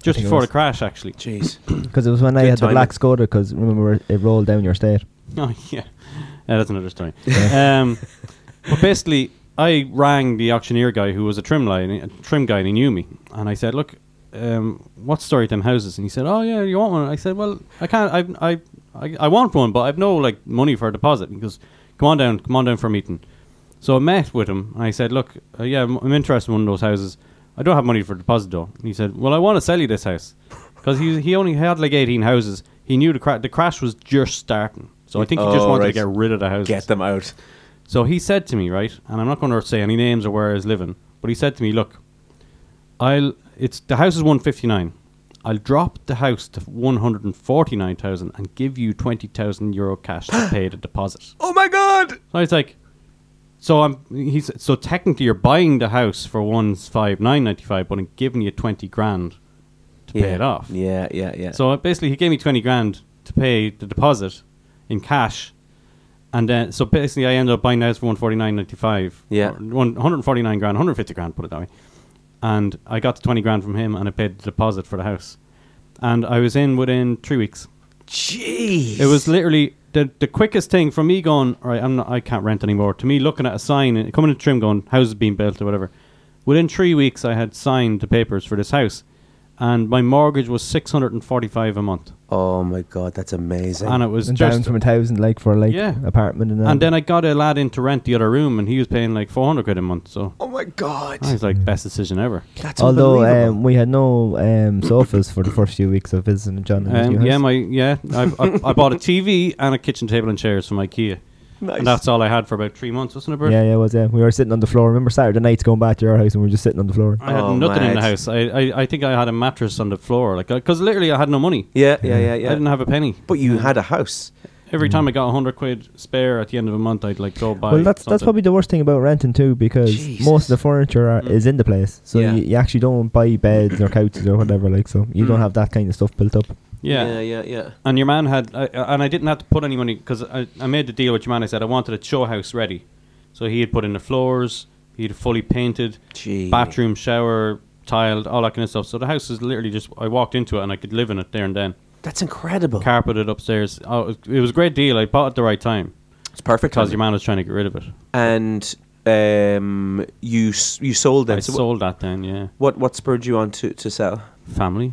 Just think it before was. the crash, actually. Jeez. Because it was when I Good had the timing. black Skoda. Because remember, it rolled down your state. Oh yeah, Yeah, that's another story. um, but basically, I rang the auctioneer guy who was a trim guy, a trim guy, and he knew me. And I said, "Look, um, what story them houses?" And he said, "Oh yeah, you want one?" I said, "Well, I can't. I I I, I want one, but I've no like money for a deposit." He goes, "Come on down, come on down for a meeting." So I met with him and I said, "Look, uh, yeah, I'm, I'm interested in one of those houses. I don't have money for deposit though." And he said, "Well, I want to sell you this house because he he only had like 18 houses. He knew the cra- the crash was just starting, so I think he just Oh, wanted to right. get rid of the houses. Get them out. So he said to me, right, and I'm not going to say any names or where I was living, but he said to me, "Look, I'll it's the house is 159. I'll drop the house to 149,000 and give you 20,000 euro cash to pay the deposit." Oh my god! So I was like, so I'm he's so technically you're buying the house for one's five nine ninety five, but I'm giving you twenty grand to pay it off. Yeah, yeah, yeah. So uh, basically, he gave me twenty grand to pay the deposit in cash, and then so basically, I ended up buying the house for one forty nine ninety five. Yeah. one hundred forty nine grand, one hundred fifty grand, put it that way. And I got the twenty grand from him, and I paid the deposit for the house, and I was in within three weeks. Jeez. It was literally the the quickest thing from me going, all right, I'm not, I can't rent anymore. To me, looking at a sign and coming to trim, going, houses being built or whatever. Within three weeks, I had signed the papers for this house, and my mortgage was six hundred and forty five a month, Oh my god, that's amazing. and it was And down just. from a thousand, like for like Yeah. apartment, and, And then I got a lad in to rent the other room, and he was paying like four hundred quid a month. So oh my god. I was like, best decision ever. That's although unbelievable. um, we had no um, sofas for the first few weeks of visiting John and his new Um, house. yeah, my yeah, I, I, I bought a TV and a kitchen table and chairs from IKEA, nice. and that's all I had for about three months, wasn't it, Bert? yeah, yeah, it was yeah. We were sitting on the floor. Remember Saturday nights going back to your house, and we were just sitting on the floor. I had Oh, nothing in the mad. house. I, I, I think I had a mattress on the floor, like because literally I had no money. yeah, yeah, yeah, Mm. I yeah. didn't have a penny. but you had a house. Every time I got a hundred quid spare at the end of a month, I'd like go buy. Mm. Well, that's that's something. probably the worst thing about renting too, because most of the furniture are, is in the place, so Yeah. you, you actually don't buy beds or couches or whatever. Like, so you Mm. don't have that kind of stuff built up. yeah. yeah, yeah. yeah. And your man had, I I- and I didn't have to put any money because I, I made the deal with your man. I said I wanted a show house ready, so he had put in the floors, he had fully painted, Gee. bathroom, shower, tiled, all that kind of stuff. So the house is literally just I walked into it and I could live in it there and then, That's incredible. carpeted upstairs. Oh, it was a great deal. I bought it at the right time it's perfect. because your timing. man was trying to get rid of it. And um, you s- you sold I it. So wh- sold that then, yeah. what what spurred you on to, to sell? Family.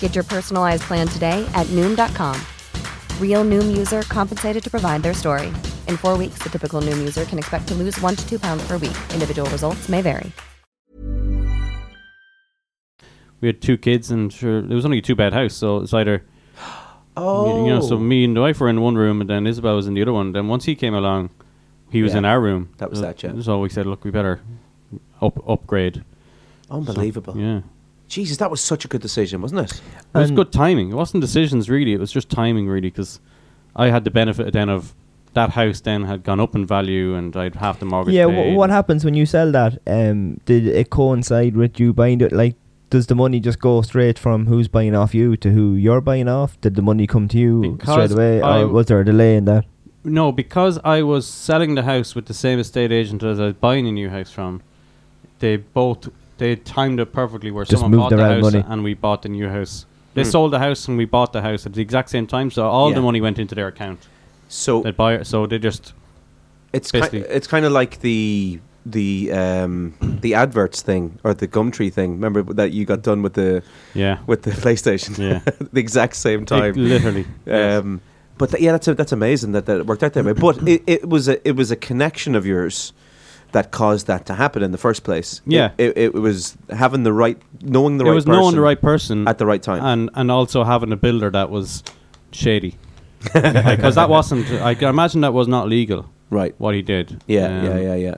Get your personalized plan today at Noom.com. Real Noom user compensated to provide their story. In four weeks, the typical Noom user can expect to lose one to two pounds per week. Individual results may vary. we had two kids, and sure, it was only a two bed house, so it's either. Oh. You know, so me and the wife were in one room, and then Isabel was in the other one. Then once he came along, he was Yeah. in our room. That was So- that, yeah. So we said, look, we better up upgrade. So, Unbelievable. yeah. Jesus, that was such a good decision, wasn't it? It was good timing. It wasn't decisions really. It was just timing really because I had the benefit then of that house then had gone up in value and I'd half the mortgage. Yeah, paid. wh- what happens when you sell that? Um, did it coincide with you buying it? Like, does the money just go straight from who's buying off you to who you're buying off? Did the money come to you Because straight away, I- or was there a delay in that? No, because I was selling the house with the same estate agent as I was buying a new house from. They both they timed it perfectly where Just someone moved bought the around house money. and we bought the new house. They Hmm. sold the house and we bought the house at the exact same time, so all the Yeah. money went into their account. So the buyer, so they just It's ki- Basically- it's kind of like the the um, the adverts thing or the Gumtree thing. Remember that you got done with the Yeah. with the PlayStation Yeah. the exact same time literally, Um, But th- yeah, that's a, that's amazing that, that it worked out that way. But it, it was a it was a connection of yours that caused that to happen in the first place. It- Yeah. it, it, was having the right knowing the it right was person knowing the right person at the right time. and and also having a builder that was shady because that wasn't I can imagine that was not legal right what he did Um, Yeah, yeah, yeah, yeah.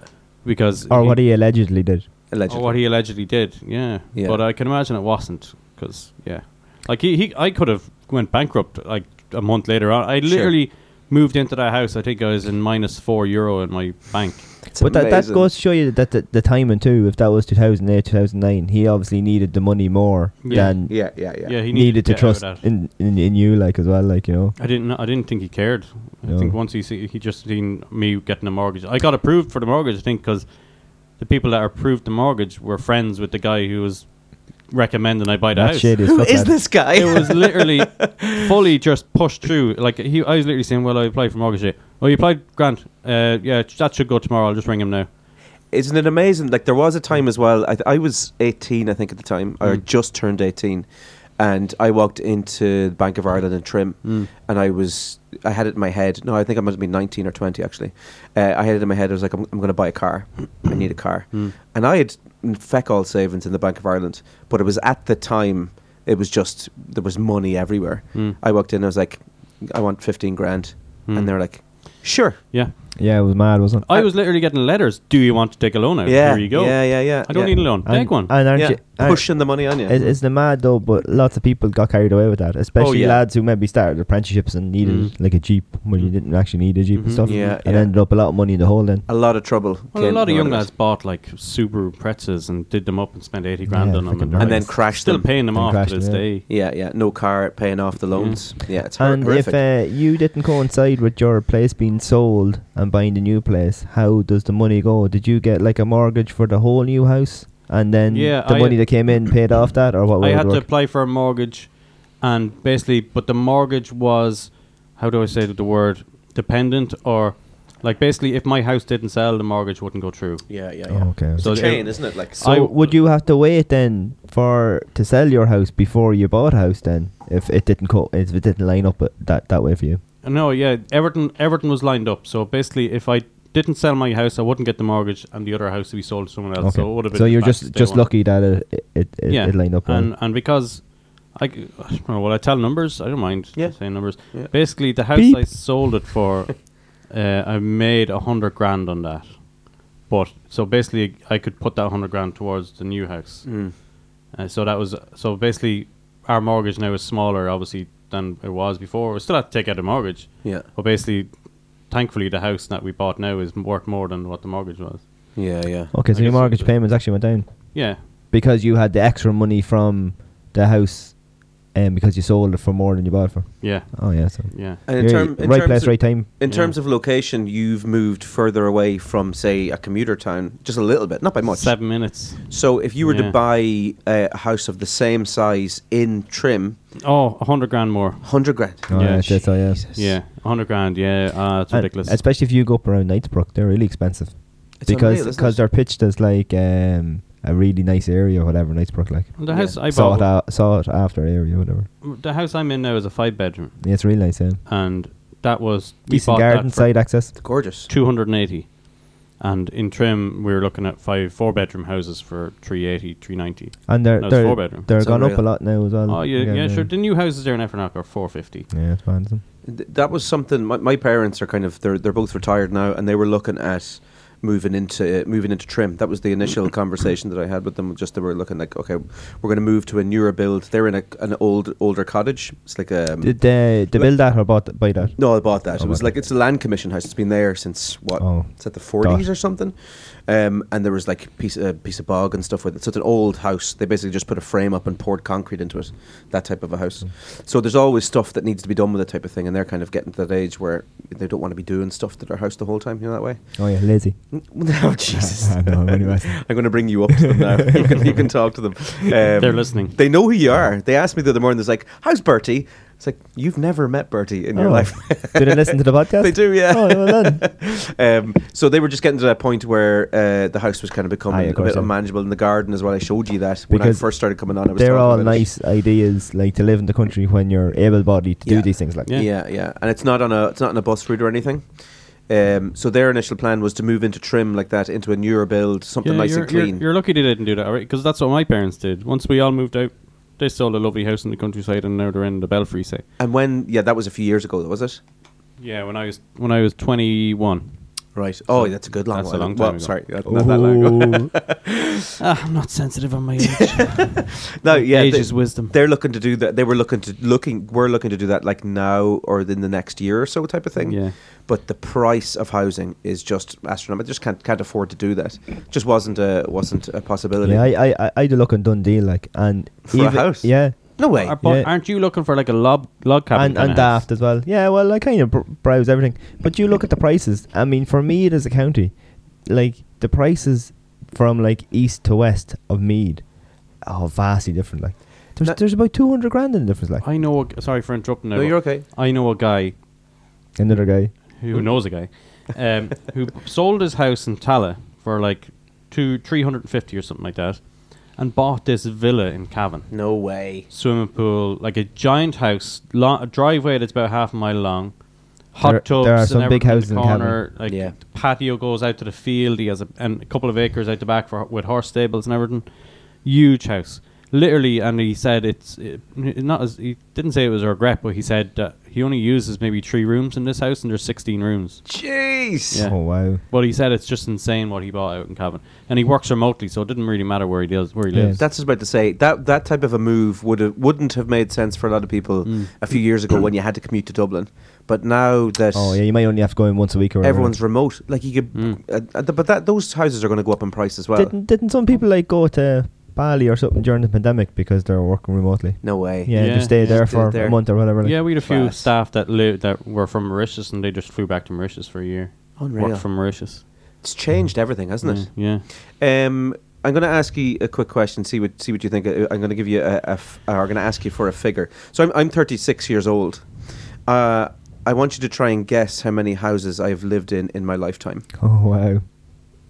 because Or what he allegedly did? or Oh, what he allegedly did yeah. Yeah. but I can imagine it wasn't because yeah like he, he I could have went bankrupt like a month later on I literally moved into that house I think I was in minus four euro in my bank but that, that goes to show you that the, the timing too. If that was 2008, 2009, he obviously needed the money more Yeah. than Yeah, yeah, yeah. Yeah, he needed needed to to get out of trust that. in, in in you, like as well, like you know. I didn't. know- I didn't think he cared. I No. think once he see, he just seen me getting a mortgage. I got approved for the mortgage. I think because the people that approved the mortgage were friends with the guy who was recommending I buy the That's house. shady as Who fuck, is that. this guy? It was literally fully just pushed through. Like he, I was literally saying, "Well, I applied for mortgage. Day. Oh, you applied, Grant? Uh, yeah, that should go tomorrow. I'll just ring him now." Isn't it amazing? Like there was a time as well. I, th- I was eighteen, I think, at the time. I Mm. just turned eighteen, and I walked into the Bank of Ireland in Trim, Mm. and I was I had it in my head. No, I think I must have been nineteen or twenty actually. Uh, I had it in my head. I was like, I'm, I'm going to buy a car. I need a car, Mm. and I had feck all savings in the Bank of Ireland, but it was at the time. It was just there was money everywhere. Mm. I walked in. I was like, I want fifteen grand, Mm. and they're like, Sure. Yeah. Yeah, it was mad, wasn't it? I was literally getting letters. Do you want to take a loan out? Yeah, Here you go. yeah, yeah, yeah, I don't yeah. need a loan. And- Take one. And aren't Yeah, Oh, you, aren't- pushing the money on you. It- It's the mad though, but lots of people got carried away with that, especially Oh, yeah. lads who maybe started apprenticeships and needed Mm. like a jeep when you didn't actually need a jeep Mhm. and stuff. Mm-hmm. Yeah, and yeah. ended up a lot of money in the hole. Then a lot of trouble. Well, a came lot of out young it. lads bought like Subaru Pretzes and did them up and spent eighty grand Yeah, on them, fucking they're, And like, then crashed still them. paying them And off crashed to them, this yeah. day. Yeah, yeah. No car, paying off the loans. Yeah, it's hor- Mm. and horrific. if uh, you didn't coincide with your place being sold and buying the new place, how does the money go? Did you get like a mortgage for the whole new house, and then Yeah, the I- money that came in paid off that, or what? I way it had to work? apply for a mortgage, and basically, but the mortgage was, how do I say the word, dependent or, like basically, if my house didn't sell, the mortgage wouldn't go through. yeah, yeah, Oh, okay. It's So a it- chain, isn't it? Like So I- would you have to wait then for to sell your house before you bought a house then if it didn't co- if it didn't line up uh, that that way for you? No, yeah, Everton, Everton was lined up. So basically, if I didn't sell my house, I wouldn't get the mortgage, and the other house would be sold to someone else. Uh, So it would have been. you're back to just day just one. lucky that it it, it, it lined up. And well. and because I, c- I don't know, will I tell numbers? I don't mind Yeah. saying numbers. Yeah. Basically, the house Beep. I sold it for, uh, I made a hundred grand on that. But so basically, I could put that hundred grand towards the new house. Mm. Uh, so that was so basically, our mortgage now is smaller, obviously, than it was before. We still have to take out a mortgage. Yeah. But basically, thankfully, the house that we bought now is m- worth more than what the mortgage was. yeah, yeah. okay, I so your guess- mortgage payments actually went down Yeah. because you had the extra money from the house, and because you sold it for more than you bought it for. Yeah. Oh yeah, so Yeah. And in Yeah, term, in right terms place, of, right time. In Yeah. terms of location, you've moved further away from, say, a commuter town, just a little bit, not by much. Seven minutes. So, if you were Yeah. to buy uh, a house of the same size in trim, Oh, a hundred grand more. hundred grand. Yeah, Oh, yeah, that's it, so, yeah. Jesus. Yeah, a hundred grand. Yeah, uh, it's And ridiculous. Especially if you go up around Knightsbrook, they're really expensive. It's because unreal, isn't cause it? they're pitched as like um, a really nice area or whatever Knightsbrook like. Well, the house I sought, bought- out, sought after area whatever. The house I'm in now is a five bedroom, Yeah, it's really nice. Yeah. and that was we Decent bought garden, that for side access. Gorgeous. 280 and in trim we were looking at five four bedroom houses for 380 390 And they're No, it's they're, four bedroom they're gone up a lot now as well. oh yeah, yeah, Again, sure the new houses there in Effernock are 450 Yeah, it's fantastic. Th- that was something my, my parents are kind of they're they're both retired now and they were looking at moving into uh, moving into trim that was the initial conversation that I had with them just they were looking like okay we're going to move to a newer build they're in a, an old older cottage it's like um, a Did they, they build that or bought th- buy that? no, I bought that. Oh, it was bought like it's a land commission house. It's been there since what? Oh. It's at the forties or something. Um, and there was like piece a piece of bog and stuff with it. So it's an old house. They basically just put a frame up and poured concrete into it. That type of a Hmm. house. So there's always stuff that needs to be done with that type of thing. And they're kind of getting to that age where they don't want to be doing stuff to their house the whole time. You know that way. Oh yeah, lazy. No, Jesus. I know, I'm only messing. I'm going to bring you up to them now. you, can, you can talk to them. Um, They're listening. They know who you are. They asked me the other morning. There's like, "How's Bertie?" It's like you've never met Bertie in your Oh. life. do they listen to the podcast? They do, yeah. Oh, well then. um, so they were just getting to that point where uh, the house was kind of becoming Aye, of a course, bit yeah. unmanageable in the garden as well. I showed you that when Because I first started coming on. I was They're talking all about it. nice ideas, like to live in the country when you're able-bodied to Yeah. do these things. Like, Yeah. yeah, and it's not on a it's not on a bus route or anything. Um, so their initial plan was to move into trim like that, into a newer build, something nice you're, and clean. You're, you're lucky they didn't do that right because that's what my parents did once we all moved out they sold a lovely house in the countryside and now they're in the belfry say and when, yeah, that was a few years ago, though, was it? yeah when I was when I was 21 Right. Oh, that's a good long That's a while. long well, time ago. Sorry, that- not that long ago. ah, I'm not sensitive on my age no, yeah, Age they- is wisdom. They're looking to do that. They were looking to looking. We're looking to do that like now or in the next year or so type of thing. Yeah. But the price of housing is just astronomical. Just can't can't afford to do that. Just wasn't a wasn't a possibility. yeah, I, I, I, I had a look on Dundee, like, and For a house? yeah, no way. Are- but Yeah. aren't you looking for like a log log cabin and, kinda and house? daft as well. Yeah, well, I kind of br- browse everything, but you look at the prices. I mean, for Mead as a county, like the prices from like east to west of Mead are vastly different. Like, there's, No- there's about two hundred grand in the difference. Like, I know a, g- sorry for interrupting now, No, but you're okay. I know a guy another guy. who Mm. knows a guy um, who sold his house in Talla for like two three hundred and fifty or something like that, and bought this villa in Cavan, No way. swimming pool, like a giant house, lo- a driveway that's about half a mile long, hot There- tubs. there are and some big everything houses in in the Cavan. corner. like Yeah. the patio goes out to the field. He has a, and a couple of acres out the back for with horse stables and everything. Huge house. Literally, and he said it's uh, n- not as he didn't say it was a regret, but he said that he only uses maybe three rooms in this house, and there's 16 rooms. Jeez. Yeah. Oh wow. But he said it's just insane what he bought out in Cavan, and he works remotely, so it didn't really matter where he deals, where he Yeah. lives. That's just about to say that that type of a move would have, wouldn't have made sense for a lot of people Mm. a few years ago when you had to commute to Dublin, but now that Oh yeah, you might only have to go in once a week or whatever. everyone's remote, like you could, Mm. uh, uh, th- but that those houses are going to go up in price as well. Didn't didn't some people like go to Bali or something during the pandemic because they're working remotely? No way. Yeah, Yeah. they stay there Just did for there. a month or whatever. Like. yeah, we had a few class. staff that lived that were from Mauritius, and they just flew back to Mauritius for a year. Unreal. Worked from Mauritius. It's changed everything, hasn't it? Yeah. Um, I'm going to ask you a quick question. See what see what you think. Uh, I'm going to give you a. a f- uh, I'm going to ask you for a figure. So I'm I'm 36 years old. Uh, I want you to try and guess how many houses I've lived in in my lifetime. Oh wow.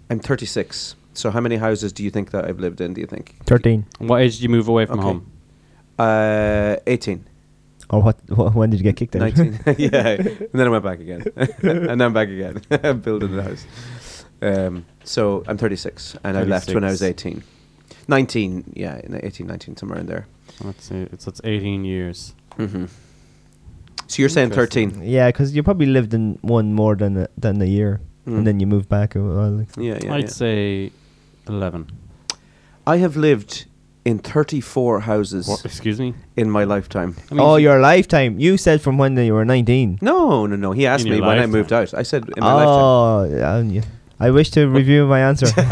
I'm 36. So how many houses do you think that I've lived in? Do you think? Thirteen. What age did you move away from Okay. home? Uh, 18. Or what, what? When did you get kicked out? 19. yeah. And then I went back again. and then back again. I'm building the house. Um, so I'm 36 and I left when I was 18. 19, yeah, in 18, 19, somewhere in there. Mm-hmm. Let's see. It's, it's 18 years. So you're saying 13. Yeah, because you probably lived in one more than a, than a year, Mm. and then you moved back. a while, like. Yeah, yeah. I'd yeah. say 11. I have lived in 34 houses What? Excuse me. in my lifetime. I mean, oh, you- your lifetime! You said from when you were nineteen. No, no, no. He asked In me your when I lifetime. moved out. I said in my lifetime. oh, yeah, and you- I wish to review my answer. Oh.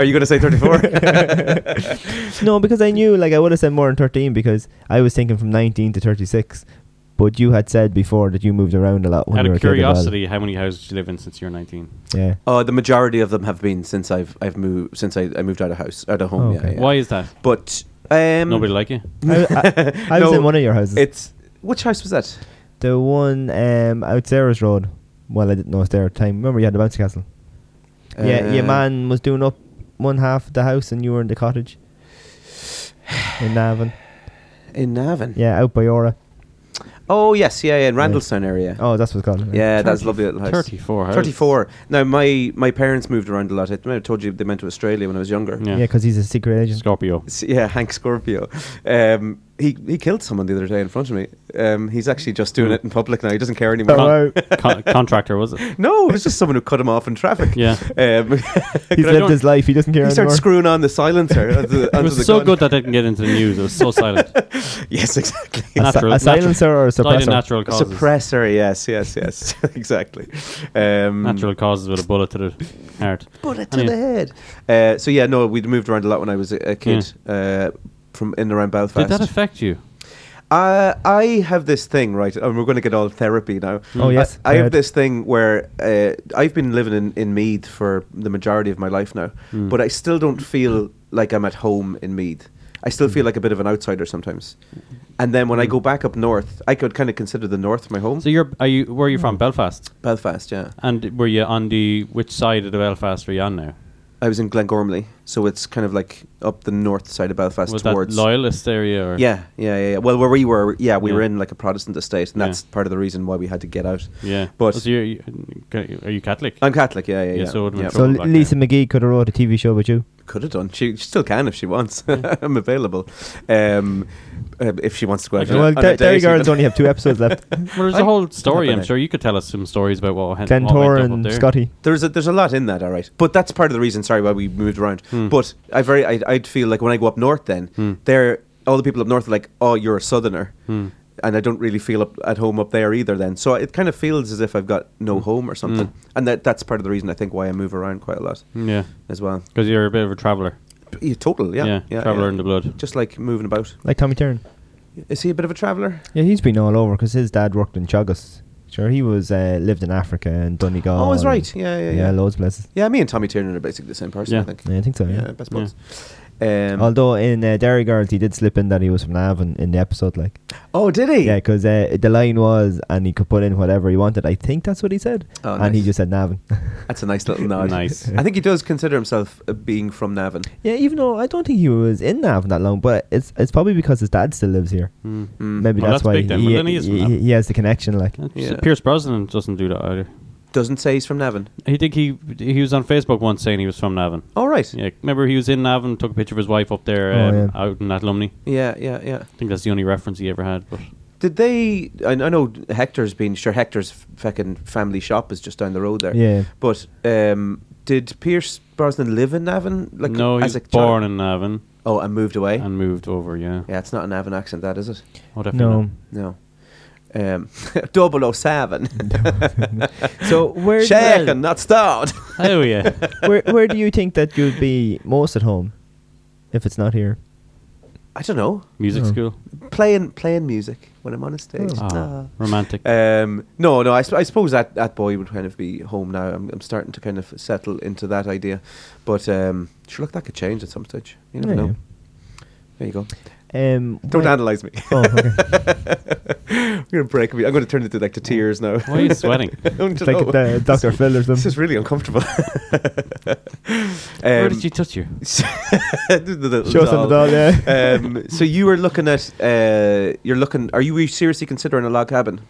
Are you going to say 34? no, because I knew like I would have said more than thirteen because I was thinking from nineteen to thirty six, but you had said before that you moved around a lot when Out you were of a kid as well. curiosity, how many houses did you live in since you were 19? Yeah. uh, the majority of them have been since I've I've moved since I, I moved out of house out of home. Yeah, Okay. yeah. Why is that? But um, Oh, Nobody like you? I, I, I was No, in one of your houses. It's which house was that? the one um, out Sarah's Road. Well, I didn't know it was there at the time. Remember, you had the bouncy castle. yeah, Uh, your man was doing up one half of the house and you were in the cottage in Navan. In Navan. Yeah, out by Ora. Oh yes, yeah, yeah, in Randallstown area. Oh, that's what's called. Yeah, that's lovely little house. 34 house. Thirty-four. Now my my parents moved around a lot. I might have told you they went to Australia when I was younger. Yeah, because he's a secret agent. Scorpio. S- yeah, Hank Scorpio. Um, he he killed someone the other day in front of me. Um, he's actually just doing it in public now. He doesn't care anymore. Hello. Con- contractor, was it? No, it was just someone who cut him off in traffic. Yeah. Um, He's lived his life. He doesn't care He started anymore. screwing on the silencer. onto the- It onto was the so gun. good that I didn't get into the news. It was so silent. Yes, exactly. A si- natural, a silencer or a natural- died of suppressor? natural causes. Suppressor. Yes, yes, yes. exactly. Um, natural causes with a bullet to the heart. bullet Anyway. head. Uh, so yeah, no, we'd moved around a lot when I was a, a kid uh, from in and around Belfast. Did that affect you? Uh, I have this thing, right? And we're going to get all therapy now. Oh, yes. I, I Go have ahead. this thing where uh, I've been living in, in Mead for the majority of my life now, Hmm. but I still don't feel like I'm at home in Mead. I still Hmm. feel like a bit of an outsider sometimes. And then when I go back up north, I could kind of consider the north my home. So you're are you where are you Hmm. from? Belfast. Belfast, yeah. And were you on the which side of the Belfast were you on now? I was in Glengormley, so it's kind of like up the north side of Belfast Was towards. that loyalist area or Yeah, yeah, yeah, yeah. Well, where we were, yeah, we Yeah. were in like a Protestant estate, and Yeah. that's part of the reason why we had to get out. Yeah. But- so you're, you- are you Catholic? I'm Catholic, yeah, yeah, yeah. Yeah, so it would've been So trouble L- back Lisa McGee could have wrote a TV show with you. could have done. She, she still can if she wants. I'm available. Um, uh, if she wants to go out. on a- well, on a Ter- date Terry even. Girls only have two episodes left. well, there's a I- whole story. I'm happening. sure you could tell us some stories about what happened. Glentor and Scotty. There's a, there's a lot in that, all right. But that's part of the reason, sorry, why we moved around. Hmm. But I very I, I'd feel like when I go up north, then they're all the people up north are like, oh, you're a southerner, Hmm. and I don't really feel up, at home up there either. Then, so it kind of feels as if I've got Hmm. no home or something, and that that's part of the reason I think why I move around quite a lot Yeah, as well. because you're a bit of a traveler. Yeah, total, yeah, Yeah, traveler in the blood. Just like moving about. Like Tommy Tyrone. Is he a bit of a traveller? Yeah, he's been all over because his dad worked in Chagos. Sure, he was uh, lived in Africa and Donegal. Oh, that's and- right. Yeah, yeah, yeah. loads of places. Yeah, me and Tommy Tiernan are basically the same person. Yeah. I think. Yeah, I think so. Yeah, Yeah. best Yeah. buds. Um, Although in uh, Derry Girls, he did slip in that he was from Navan in the episode, like oh, did he? yeah, because uh, the line was, and he could put in whatever he wanted. I think that's what he said, Oh, and he nice. just said Navan. That's a nice little nod. Nice. I think he does consider himself uh, being from Navan. yeah, even though I don't think he was in Navan that long, but it's it's probably because his dad still lives here. Hmm. Maybe Well, that's, that's why big then. he, Well, then he is from he, Navan. he has the connection. Like, Yeah. Pierce Brosnan doesn't do that either. Doesn't say he's from Navan. He think he he was on Facebook once saying he was from Navan. All right. Yeah, remember he was in Navan, took a picture of his wife up there Oh, um, yeah. out in Athlumney. Yeah, yeah, yeah. I think that's the only reference he ever had. But Did they? I, I know Hector's been sure. Hector's f- fucking family shop is just down the road there. Yeah. But um, did Pierce Brosnan live in Navan? Like no, he as was a child? born in Navan Oh, and moved away. and moved over. Yeah, yeah, it's not a Navan accent, that is it? Oh, definitely no, not. No. Um, 007. so where Shaken, not stoned. Oh yeah. where where do you think that you'd be most at home if it's not here? I don't know. Music Oh. school. Playing playing music when I'm on a stage. Ah, Ah. romantic. Um, no, no. I, sp- I suppose that that boy would kind of be home now. I'm, I'm starting to kind of settle into that idea, but um, sure, look, that could change at some stage. You never Yeah, know. yeah. There you go. Um, Don't where- analyze me. Oh, okay. I'm gonna break me. I'm gonna turn it into like to tears now. Why are you sweating? I don't It's like know. the Dr. Phil or something. This is really uncomfortable. Where Um, did she touch you? the little Show us on the doll, yeah. Um, so you were looking at uh, you're looking. Are you seriously considering a log cabin?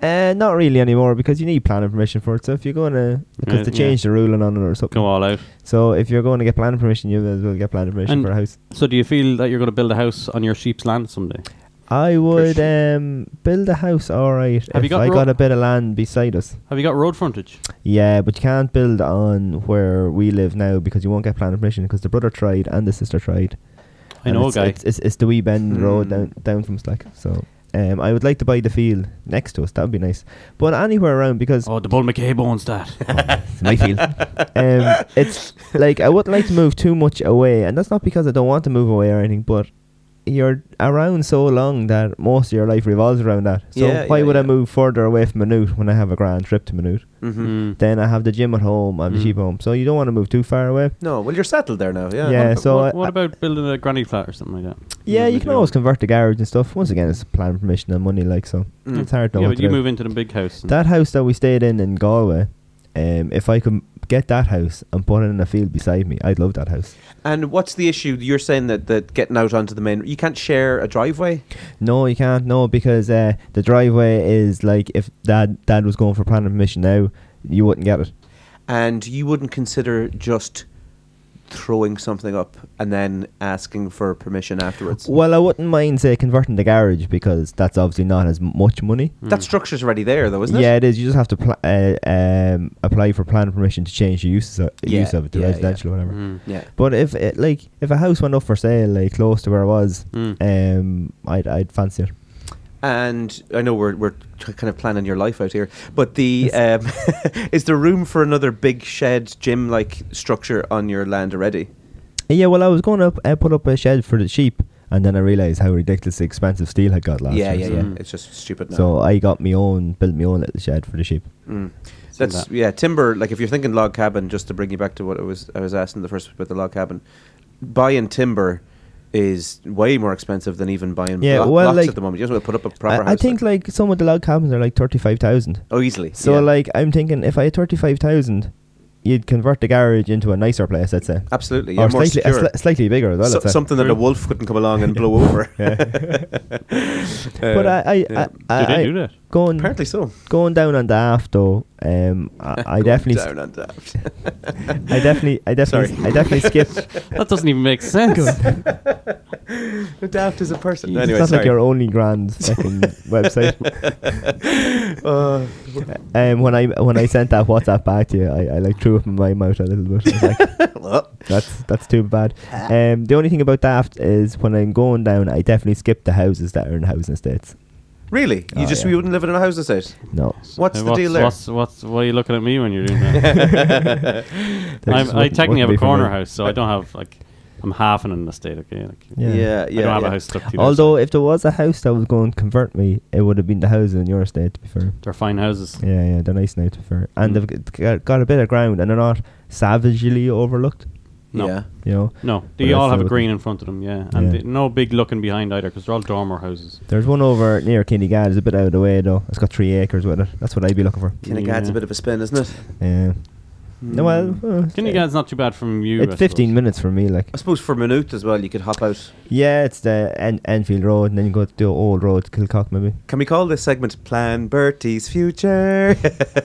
Uh, not really anymore because you need planning permission for it. So if you're going to, because Yeah, they changed the ruling on it or something. Go all out. So if you're going to get planning permission, you may as well get planning permission And- for a house. So, do you feel that you're going to build a house on your sheep's land someday? I would sheep. um, build a house, all right. Have you if got I ro- got a bit of land beside us. Have you got road frontage? Yeah, but you can't build on where we live now because you won't get planning permission because the brother tried and the sister tried. I And know a it's, guy. It's, it's, it's the wee bend road Hmm. down down from Slack. So um, I would like to buy the field next to us. That would be nice. But anywhere around because Oh, the Bull McCabe owns that. my field. um, it's like I wouldn't like to move too much away, and that's not because I don't want to move away or anything, but you're around so long that most of your life revolves around that. So Yeah, why yeah, would I yeah. move further away from Manute when I have a grand trip to Manute? Mm-hmm. Mm. Then I have the gym at home, I have the sheep home. So you don't want to move too far away. No, well you're settled there now. Yeah. Yeah, What- so what, I- what I- about building a granny flat or something like that? Yeah, Maybe you can do always it. convert the garage and stuff. Once again, it's planning permission and money, like so. Mm. It's hard to know Yeah, what but to you do. move into the big house. and- That house that we stayed in in Galway, um, if I could get that house and put it in a field beside me. I'd love that house. And what's the issue? You're saying that, that getting out onto the main, you can't share a driveway. No, you can't. No, because uh, the driveway is like if dad dad was going for planning permission now, you wouldn't get it. and you wouldn't consider just throwing something up and then asking for permission afterwards. Well, I wouldn't mind say converting the garage because that's obviously not as much money. That structure's already there, though, isn't it? hmm. yeah, it is. You just have to pl- uh, um, apply for planning permission to change the uses of, Yeah, use of it to yeah, yeah. residential or whatever. Mm. Yeah. But if it, like if a house went up for sale like close to where I was, Mm. um, I'd I'd fancy it. And I know we're we're t- kind of planning your life out here, but the um, is there room for another big shed gym like structure on your land already? Yeah, well, I was going to uh, put up a shed for the sheep, and then I realized how ridiculously expensive steel had got last yeah, yeah, year. so. yeah. It's just stupid now. So I got my own, built my own little shed for the sheep. Mm. That's that. yeah, timber. Like if you're thinking log cabin, just to bring you back to what I was I was asking the first about the log cabin, buying timber is way more expensive than even buying Yeah, blo- well, blocks like- at the moment. You just want to put up a I, proper I house. think like some of the log cabins are like thirty five thousand. Oh, easily, So yeah. like I'm thinking, if I had thirty five thousand, you'd convert the garage into a nicer place. I'd say Absolutely, yeah, or more Oh, slightly, a secure. sli- slightly bigger as well. So- I'd say. something that a wolf couldn't come along and blow over. but but I, I, I, I, I going Apparently so. Going down on daft though, um, I, I Going definitely s- down on daft. I definitely, I definitely, Sorry. I definitely skipped. That doesn't even make sense. Daft is a person. It's Anyway, not sorry. like your only grand fucking website. Uh, Um, when I when I sent that WhatsApp back to you, I, I like threw up in my mouth a little bit. I was like, that's that's too bad. Um, the only thing about Daft is when I'm going down, I definitely skip the houses that are in housing estates. really, you Oh, just yeah. you wouldn't live in a house estate. No, What's Hey, the deal there? What's, what's, why are you looking at me when you're doing that? They I'm, just I wouldn't- technically wouldn't have be a for corner me. house, so I don't have like I'm half in an estate. Okay, like, Yeah. Yeah, I yeah, don't have yeah. a house stuck to Although Although if there was a house that was going to convert me, it would have been the houses in your estate. To be fair, they're fine houses. yeah, yeah, they're nice now. To be fair, Hmm. and they've g- got- got a bit of ground, and they're not savagely overlooked. No. Yeah. You know, No, But they I all still have a would- green in front of them, yeah, and Yeah. they- no big looking behind either, because they're all dormer houses. There's one over near Kinnegad. It's a bit out of the way though. It's got three acres with it. That's what I'd be looking for. Kinnegad's a Yeah. bit of a spin, isn't it? Yeah. Hmm. No, well, uh, Kinnegad's not too bad from you. it's I suppose. 15 minutes for me. Like, I suppose for Minute as well, you could hop out. yeah, it's the en- Enfield Road, and then you go to the old road, Kilcock, maybe. Can we call this segment Plan Bertie's Future?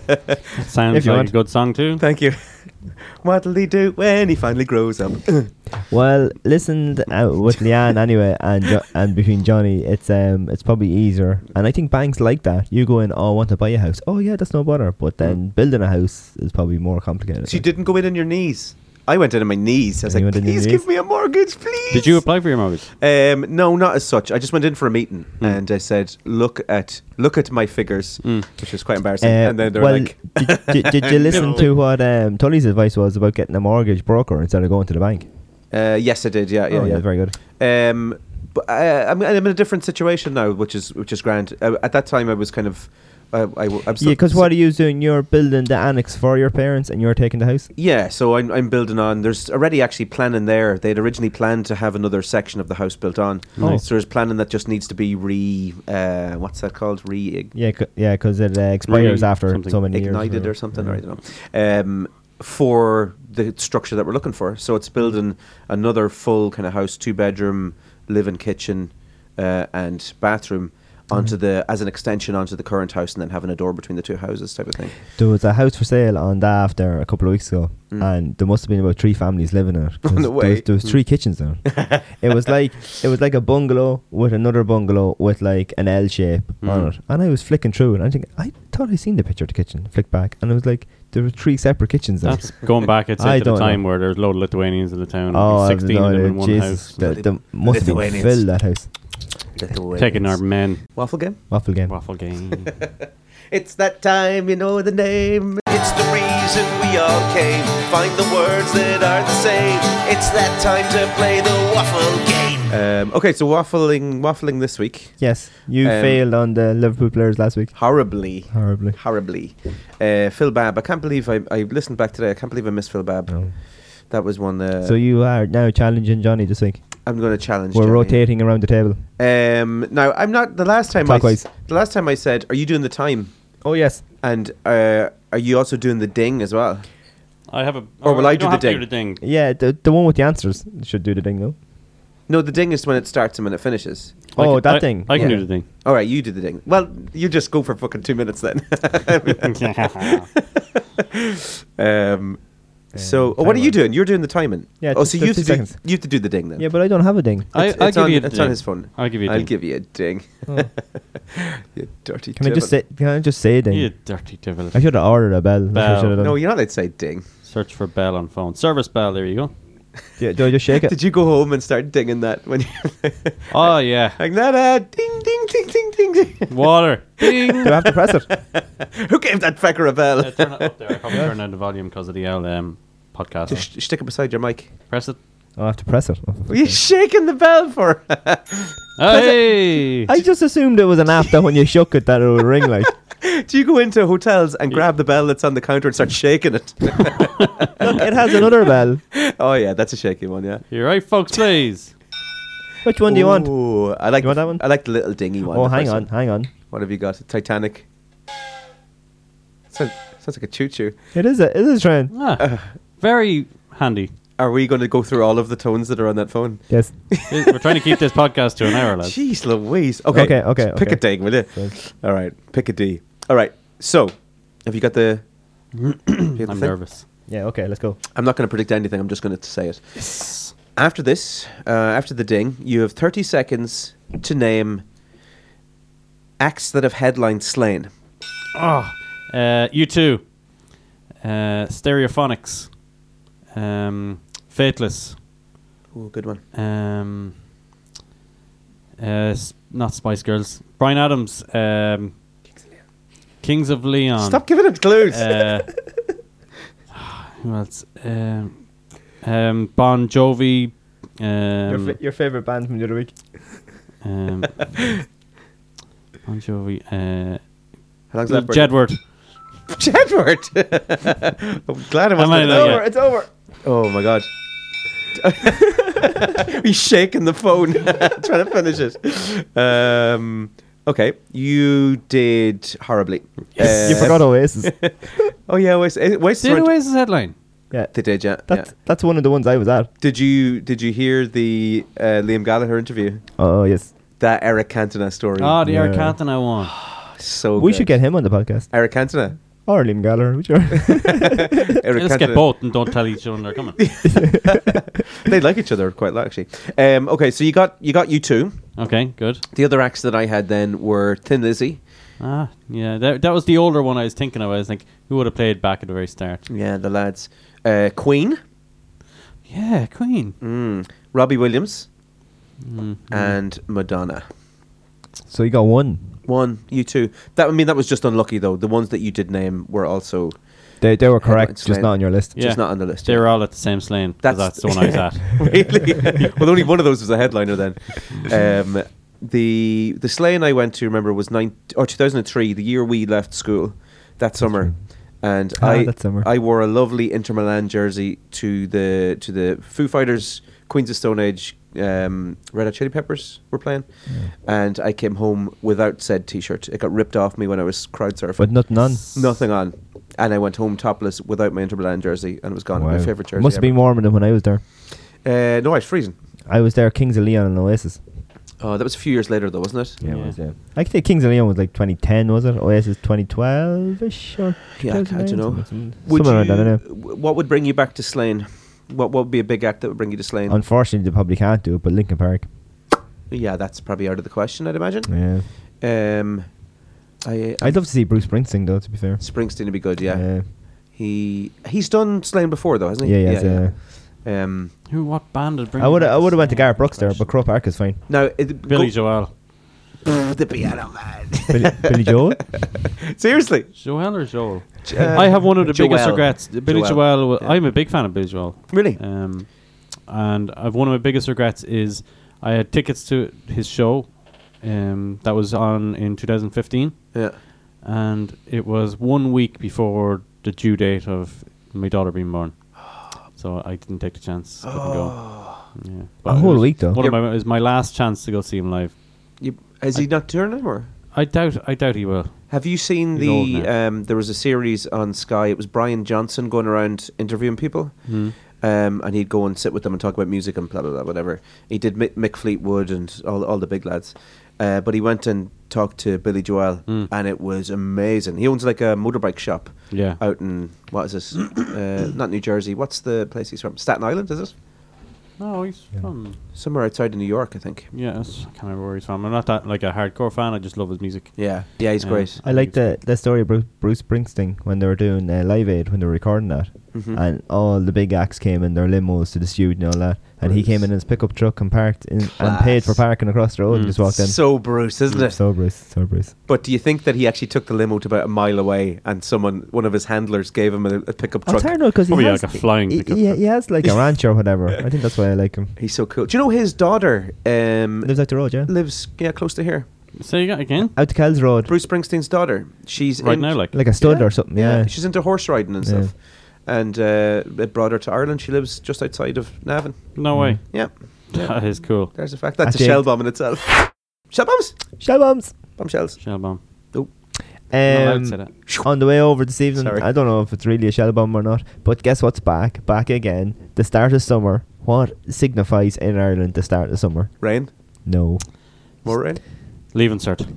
Sounds If you like want. a good song too. Thank you. What'll he do when he finally grows up? Well, listened uh, with Leanne anyway, and jo- and between Johnny, it's um, it's probably easier. And I think banks like that. You go in, oh, I want to buy a house. Oh yeah, that's no bother. But then building a house is probably more complicated. Uh, so you didn't go in on your knees. I went in on my knees. I was You like, went in on your please give knees?" me a mortgage, please. Did you apply for your mortgage? Um, no, not as such. I just went in for a meeting Hmm. and I said, "Look at look at my figures," which was quite embarrassing. Uh, and then they were well, like, did, did, did you listen to what um, Tully's advice was about getting a mortgage broker instead of going to the bank? uh, "Yes, I did. Yeah, yeah, Oh, yeah. very good. Um, but I, I'm, I'm in a different situation now, which is which is grand. Uh, at that time, I was kind of, I, I, am Yeah, because what are you doing? You're building the annex for your parents, and you're taking the house. Yeah, so I'm, I'm building on. There's already actually planning there. They'd originally planned to have another section of the house built on. Nice. So there's planning that just needs to be re, uh, what's that called? Re Yeah, c- yeah, because it uh, expires Really after something so many ignited or years. something, or I don't know, um, for the structure that we're looking for. So it's building another full kind of house, two bedroom, live in kitchen, uh, and bathroom onto the as an extension onto the current house, and then having a door between the two houses, type of thing. There was a house for sale on Daft there a couple of weeks ago, and there must have been about three families living in it. 'cause no there was- Mm. way. There was, three kitchens there. it was like it was like a bungalow with another bungalow with like an L shape Mm. on it, and I was flicking through it. And I think I thought I seen the picture of the kitchen. Flick back, and it was like there were three separate kitchens there. That's going back. I'd I say to don't the time know. where there's a load of Lithuanians in the town. Oh, Oh, I have sixteen no of them idea. in one Jesus, house. that, that must have been Lithuanians. filled that house. Taking our men waffle game. Waffle game. waffle game. It's that time, you know the name. It's the reason we all came. Find the words that are the same. It's that time to play the waffle game. Um, okay, so waffling, waffling this week Yes, you Um, failed on the Liverpool players last week. horribly, Horribly. horribly. Uh, Phil Babb, I can't believe I, I listened back today. I can't believe I missed Phil Babb. That was one. Uh, Oh. So you are now challenging Johnny this week. I'm going to challenge. We're Johnny. rotating around the table. Um, now I'm not. The last time I, s- Clockwise. the last time I said, "Are you doing the time?" Oh yes. And uh, are you also doing the ding as well? I have a. Or will I you do don't the have to ding? ding? Yeah, the, the one with the answers should do the ding though. No, the ding is when it starts and when it finishes. Oh, I can- that I- ding. I can do the ding. All right, you do the ding. Well, you just go for fucking two minutes then. um, so, oh, what are you doing? You're doing the timing. Yeah, Oh, just so you have, to do, 50 seconds. you have to do the ding then. Yeah, but I don't have a ding. I- It's- I'll it's give on, you the It's ding. on his phone. I'll give you a I'll ding. give you a ding. Oh. you dirty. Can I just say? devil. Can I just say a ding? You dirty devil. I should have ordered a bell. That's what I Bell. should have done. No, you're not allowed to say ding. Search for bell on phone. Service bell. There you go. Do, do I just shake it? Did you go home and start dinging that when you Oh yeah. like that? Uh, ding, ding, ding, ding, ding, ding. Water. Ding. Do I have to press it? Who gave that fecker a bell? Yeah, turn it up there. I probably turn down the volume because of the LM podcast. Just sh- stick it beside your mic. Press it. Oh, I have to press it. Were you shaking the bell for? Hey. I just assumed it was an app that when you shook it that it would ring like. Do you go into hotels and grab the bell that's on the counter and start shaking it? Look, it has another bell. oh yeah, that's a shaky one. Yeah. You're right, folks. Please. Which one do you want? Ooh, I like You want the- that one? I like the little dingy one. Oh, the hang first on, one. hang on. What have you got? Titanic. Sounds, sounds like a choo choo. It is a it is a train. Uh. Ah, very handy. Are we going to go through all of the tones that are on that phone? Yes. We're trying to keep this podcast to an hour, lads. Jeez Louise. Okay, Okay, okay, just Pick a okay. ding, will you? Thanks. All right, pick a D. All right. So, have you got the? you got the I'm thing? nervous. Yeah. Okay. Let's go. I'm not going to predict anything. I'm just going to say it. After this, uh, after the ding, you have 30 seconds to name acts that have headlined Slain. Oh, uh, you too. Uh, stereophonics. Um, Fateless. Ooh, good one. Um, uh, s- not Spice Girls. Brian Adams. Um, Kings of Leon. Stop giving it clues. Uh, who else? Um, um, bon Jovi. Um, your, fa- your favorite band from the other week? um, bon Jovi. Uh, How long's that? Jedward. Jedward. Jedward. I'm glad I Am I wasn't. there yet? It's over. Oh my god. He's shaking the phone, trying to finish it. Um, okay, you did horribly. you Uh, forgot Oasis. Oh yeah, Oasis. Oasis Did weren't- Oasis headline? yeah. They did, yeah. That's yeah. that's one of the ones I was at. Did you did you hear the uh, Liam Gallagher interview? Oh yes. That Eric Cantona story. Oh, the Eric Yeah. Cantona one. so Ah, We Oh, good. should get him on the podcast. Eric Cantona. Or Liam Gallagher, whichever. Eric Let's get Cantona. both and don't tell each other they're coming. They like each other quite a lot, actually. Um, okay, so you got you got you two. Okay, good. The other acts that I had then were Thin Lizzy. Ah, yeah, that, that was the older one I was thinking of. I was like, who would have played back at the very start? Yeah, the lads. Uh, Queen. Yeah, Queen. Mm. Robbie Williams. And Madonna. so you got one. One, you two. That I mean, that was just unlucky though. The ones that you did name were also They they were correct, Headlights just Lane. not on your list. Yeah. just not on the list. They yeah. were all at the same slane. 'cause That's, That's- the one I was at. really? well, only one of those was a headliner then. Um, the the slaying I went to remember was nine or two thousand and three, the year we left school that summer, and Ah, I that summer. I wore a lovely Inter Milan jersey to the to the Foo Fighters, Queens of Stone Age, um, Red Hot Chili Peppers were playing, and I came home without said T-shirt. It got ripped off me when I was crowd surfing. But nothing on. Nothing on, and I went home topless without my Inter Milan jersey, and it was gone. My Wow. favorite jersey. Must have been ever. warmer than when I was there. Uh, no, I was freezing. I was there, Kings of Leon and Oasis. Oh, that was a few years later, though, wasn't it? Yeah, it was, yeah. I think Kings of Leon was like 2010, was it? Oasis 2012 ish or Yeah, I don't 2009, know. something- Something Would around that, I you- know. w- What would bring you back to Slane? What what would be a big act that would bring you to Slane? Unfortunately, they probably can't do it, but Linkin Park. yeah, that's probably out of the question, I'd imagine. Yeah. Um, I, I I'd love to see Bruce Springsteen, though, to be fair. Springsteen would be good. Yeah, Yeah. he he's done Slane before, though, hasn't he? Yeah, yeah, yeah. yeah. Um, Who? What band did bring? I you would back I would have went to slane? Garrett Brooks there, but Crow Park is fine. now it, Billy go- Joel. the piano man. Billy, Billy Joel? Seriously, Joel or Joel? J- uh, I have one of the biggest Joel. regrets. Billy Joel, Joel. wa- yeah. I'm a big fan of Billy Joel. Really? Um, and I've, one of my biggest regrets is I had tickets to his show um, that was on in 2015, yeah. and it was one week before the due date of my daughter being born. So I didn't take the chance. Couldn't go. Yeah. But it whole was week, though. One of You're- my, it was my last chance to go see him live. You, is he not touring anymore? I doubt. I doubt he will. Have you seen He's old the? Um, there was a series on Sky. It was Brian Johnson going around interviewing people, Hmm. um, and he'd go and sit with them and talk about music and blah blah blah whatever. He did Mick, Mick Fleetwood and all all the big lads, uh, but he went and talked to Billy Joel, Hmm. and it was amazing. He owns like a motorbike shop, Yeah. out in what is this? uh, not New Jersey. What's the place he's from? Staten Island, is it? No, he's from. Somewhere outside of New York, I think. Yes, I can't remember where he's from. I'm not that like a hardcore fan. I just love his music. Yeah, yeah, he's Um, great. I like the, the story of Bruce, Bruce Springsteen when they were doing uh, Live Aid when they were recording that, Mhm. and all the big acts came in their limos to the studio and all that, and he came in his pickup truck and parked in, and paid for Class. parking across the road and just walked in. So Bruce, isn't it? So Bruce, so Bruce. But do you think that he actually took the limo to about a mile away, and someone, one of his handlers, gave him a, a pickup I truck? don't know because he Probably has, like a flying he, pickup he, truck. he has like a ranch or whatever. I think that's why I like him. He's so cool. Do you know his daughter um, Lives out the road, yeah. lives yeah close to here? Say that again. Out to Kells Road, Bruce Springsteen's daughter. She's Right in- now, like, like a stud Yeah. or something. Yeah, she's into horse riding and Yeah. stuff. And uh, it brought her to Ireland. She lives just outside of Navan. no way. Yeah, That is cool. there's a fact. That's I a think- shell bomb in itself. Shell bombs, shell bombs. bomb shells. Shell bomb. Not allowed to Um, say that. on the way over this evening, Sorry. I don't know if it's really a shell bomb or not, but guess what's back? Back again. The start of summer. What signifies in Ireland the start of summer? Rain, No. more rain. Leaving cert.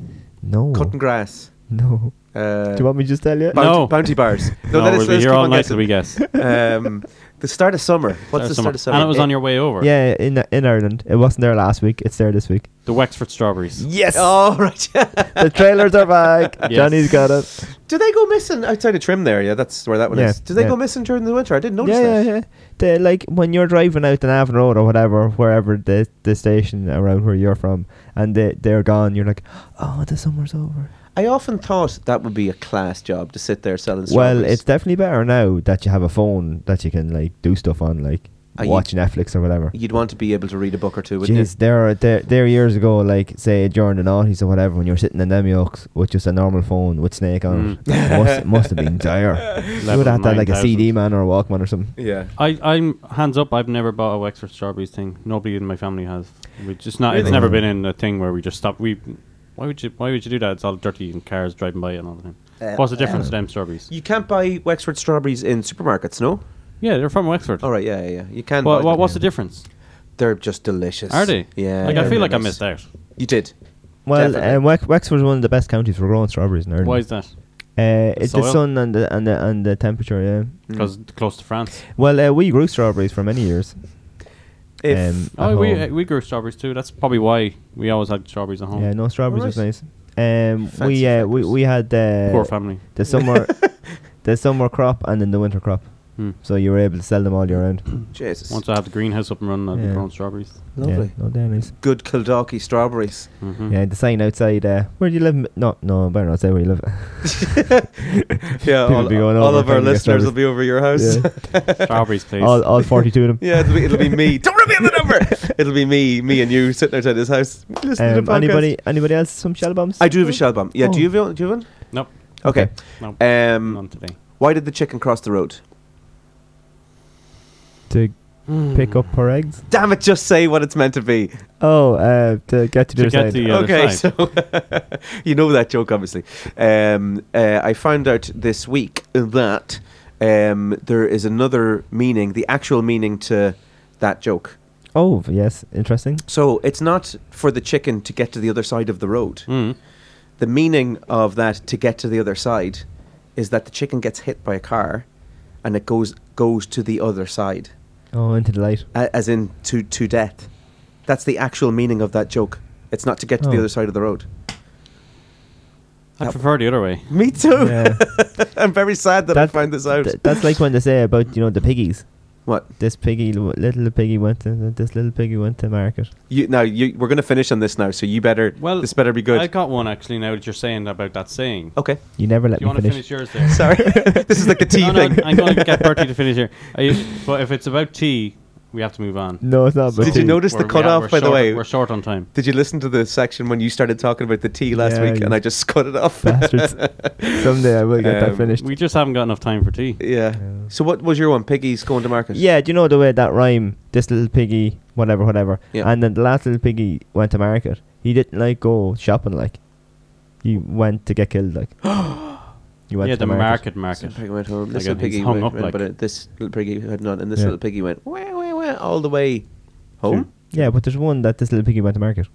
No. Cutting grass. No. Uh, Do you want me to just tell you? bounty, No. bounty bars. No, let we'll us- let be us here keep all on night till guessing. we guess. um, the start of summer. What's the Summer. start of summer? And it was on your way over. Yeah, in in Ireland. It wasn't there last week. It's there this week. The Wexford strawberries. Yes. Oh right. The trailers are back. Yes. Johnny's got it. Do they go missing outside of Trim there? Yeah, that's where that one Yeah, is. Do they yeah. go missing during the winter? I didn't notice Yeah, yeah, that. yeah. They, like when you're driving out the Navan Road or whatever, wherever the the station around where you're from, and they they're gone. You're like, oh, the summer's over. I often thought that would be a class job to sit there selling Well, strawberries. it's definitely better now that you have a phone that you can like do stuff on, like Are you- watch Netflix or whatever. you'd want to be able to read a book or two, wouldn't Jeez, there are there, there years ago, like say during the noughties or whatever, when you're sitting in them yolks with just a normal phone with Snake on Mm. it, must, it must have been dire. you would Level have to have like a 9000. CD man or a Walkman or something. you? Yeah. I, I'm hands up. I've never bought a Wexford strawberries thing. Nobody in my family has. We just not. It's Really? never been in a thing where we just stop. We. Why would you? Why would you do that? It's all dirty and cars driving by and all the time. Uh, What's the difference to them strawberries? You can't buy Wexford strawberries in supermarkets, no? yeah, they're from Wexford. All right, yeah, yeah, Oh, yeah. You can. Well, buy what, them. what's the difference? They're just delicious. Are they? Yeah. Like yeah, I feel they're like I nice. missed out. You did. Well, Definitely. um, Wex- Wexford's one of the best counties for growing strawberries in Ireland. Why is that? Uh, it's the soil? sun and the and the and the temperature. Mm. Yeah. Because close to France. Well, uh, we grew strawberries for many years. Um, If at Oh, we home. uh, we grew strawberries too. That's probably why we always had strawberries at home. Yeah, no strawberries was nice. Um, Oh. Fancy we uh, we fuckers. we had uh, Poor family. the summer the summer crop and then the winter crop. Hmm. So you were able to sell them all year round. Jesus. Once I have the greenhouse up and running, I'll be Yeah. growing strawberries. Lovely. Yeah, no damn nice. Good Kildaki strawberries. Mm-hmm. Yeah, the sign outside. Uh, where do you live? M- No, no, better not say where you live. Yeah, People all, be going all of over our trying to get listeners will strawberries. be over your house. Yeah. Strawberries, please. all all forty two of them. Yeah, it'll be, it'll be me. Don't remember the number. It'll be me, me and you sitting outside his house listening to Um, the podcast. anybody anybody else some shell bombs? Hmm. I do have a shell bomb. Yeah, Oh. do you have one? Do you have one? Nope. Okay. Nope. Um, None today. why did the chicken cross the road? to Hmm. pick up her eggs. Damn it! Just say what it's meant to be. Oh, uh, to get to To their get side. the other okay, side. so you know that joke, obviously. Um, uh, I found out this week that um, there is another meaning, the actual meaning to that joke. oh yes, interesting. So it's not for the chicken to get to the other side of the road. Hmm. Mm. The meaning of that to get to the other side is that the chicken gets hit by a car, and it goes goes to the other side. Oh, into the light. a- as in to to death. That's the actual meaning of that joke. It's not to get to the Oh. other side of the road. I prefer the other way. Me too. Yeah. I'm very sad that, I That- found this out. Th- that's like when they say about you know the piggies. what? This piggy, l- little piggy went to this little piggy went to market. You now you we're gonna finish on this now, so you better Well, this better be good. I got one actually. Now that you're saying about that saying, okay. You never let do you me want to finish. finish yours there? Sorry. this is like the tea no, no, thing. I'm going to get Bertie to finish here. I, but if it's about tea, we have to move on. No, it's not. But Did you two. notice- Notice the We're- we are- cutoff, we're by the short- way. We're short on time. Did you listen to the section when you started talking about the tea last Yeah, week you and I just cut it off? bastards? Someday I will get Um, that finished. We just haven't got enough time for tea. yeah. So what was your one? Piggies going to market. Yeah, do you know the way that rhyme? This little piggy, whatever, whatever. Yeah. And then the last little piggy went to market. He didn't like go shopping like. You went to get killed, like. you yeah, to the market market. This little piggy went home. Like This a- little he's piggy hung went, up went like. but uh, this little piggy had none, and this Yeah. little piggy went wah, wah, wah, all the way Oh? home. Hmm. Yeah, but there's one that this little piggy went to market.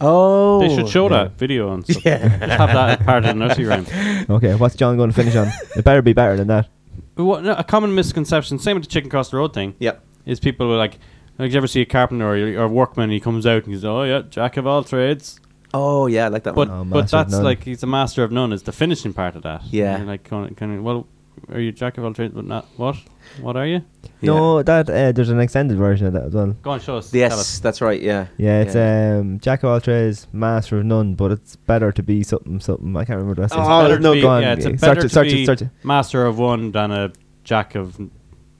Oh, hmm. They should show that video and stuff. Just have that as part of the nursery rhyme. Okay, what's John going to finish on? It better be better than that. What, no, a common misconception, same with the chicken cross the road thing. Yep. Is people were like, like you ever see a carpenter or, or a workman? And he comes out and he's oh yeah, jack of all trades. Oh yeah, I like that But one. Oh, but master of that's none. like he's a master of none. Is the finishing part of that? Yeah. And you're like kind of, kind of, well, are you jack of all trades but not what? What are you? No, that uh, there's an extended version of that as well. Go on, show us. Tell Yes, us. that's right. Yeah. Yeah, it's um, Jack of all trades, master of none, but it's better to be something, something. I can't remember the rest of it. Oh, Better to no, be, go on. Yeah, it's a Search better it, search to it, be search it. master of one than a jack of n-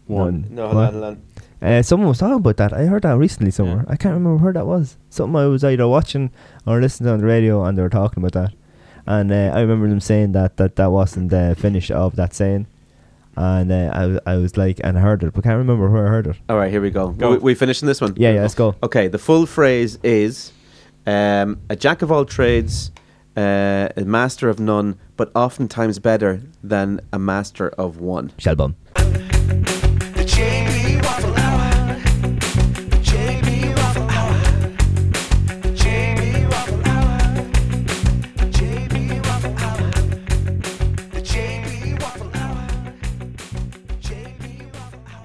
one. None. No, hold on, What? hold on. Uh, someone was talking about that. I heard that recently somewhere. I can't remember where that was. Something I was either watching or listening on the radio, and they were talking about that. And uh, I remember them saying that that, that wasn't the finish of that saying. And uh, I, w- I was like, and I heard it, but can't remember where I heard it. All right, here we go. Go. We, we finishing this one? Yeah, yeah, let's go. Okay, the full phrase is um, a jack of all trades, uh, a master of none, but oftentimes better than a master of one. Shellbum. The JB Waffle Hour. The JB Waffle Hour. The JB Waffle Hour. The JB Waffle Hour. The JB Waffle Hour. The JB Waffle Hour. JB Waffle Hour.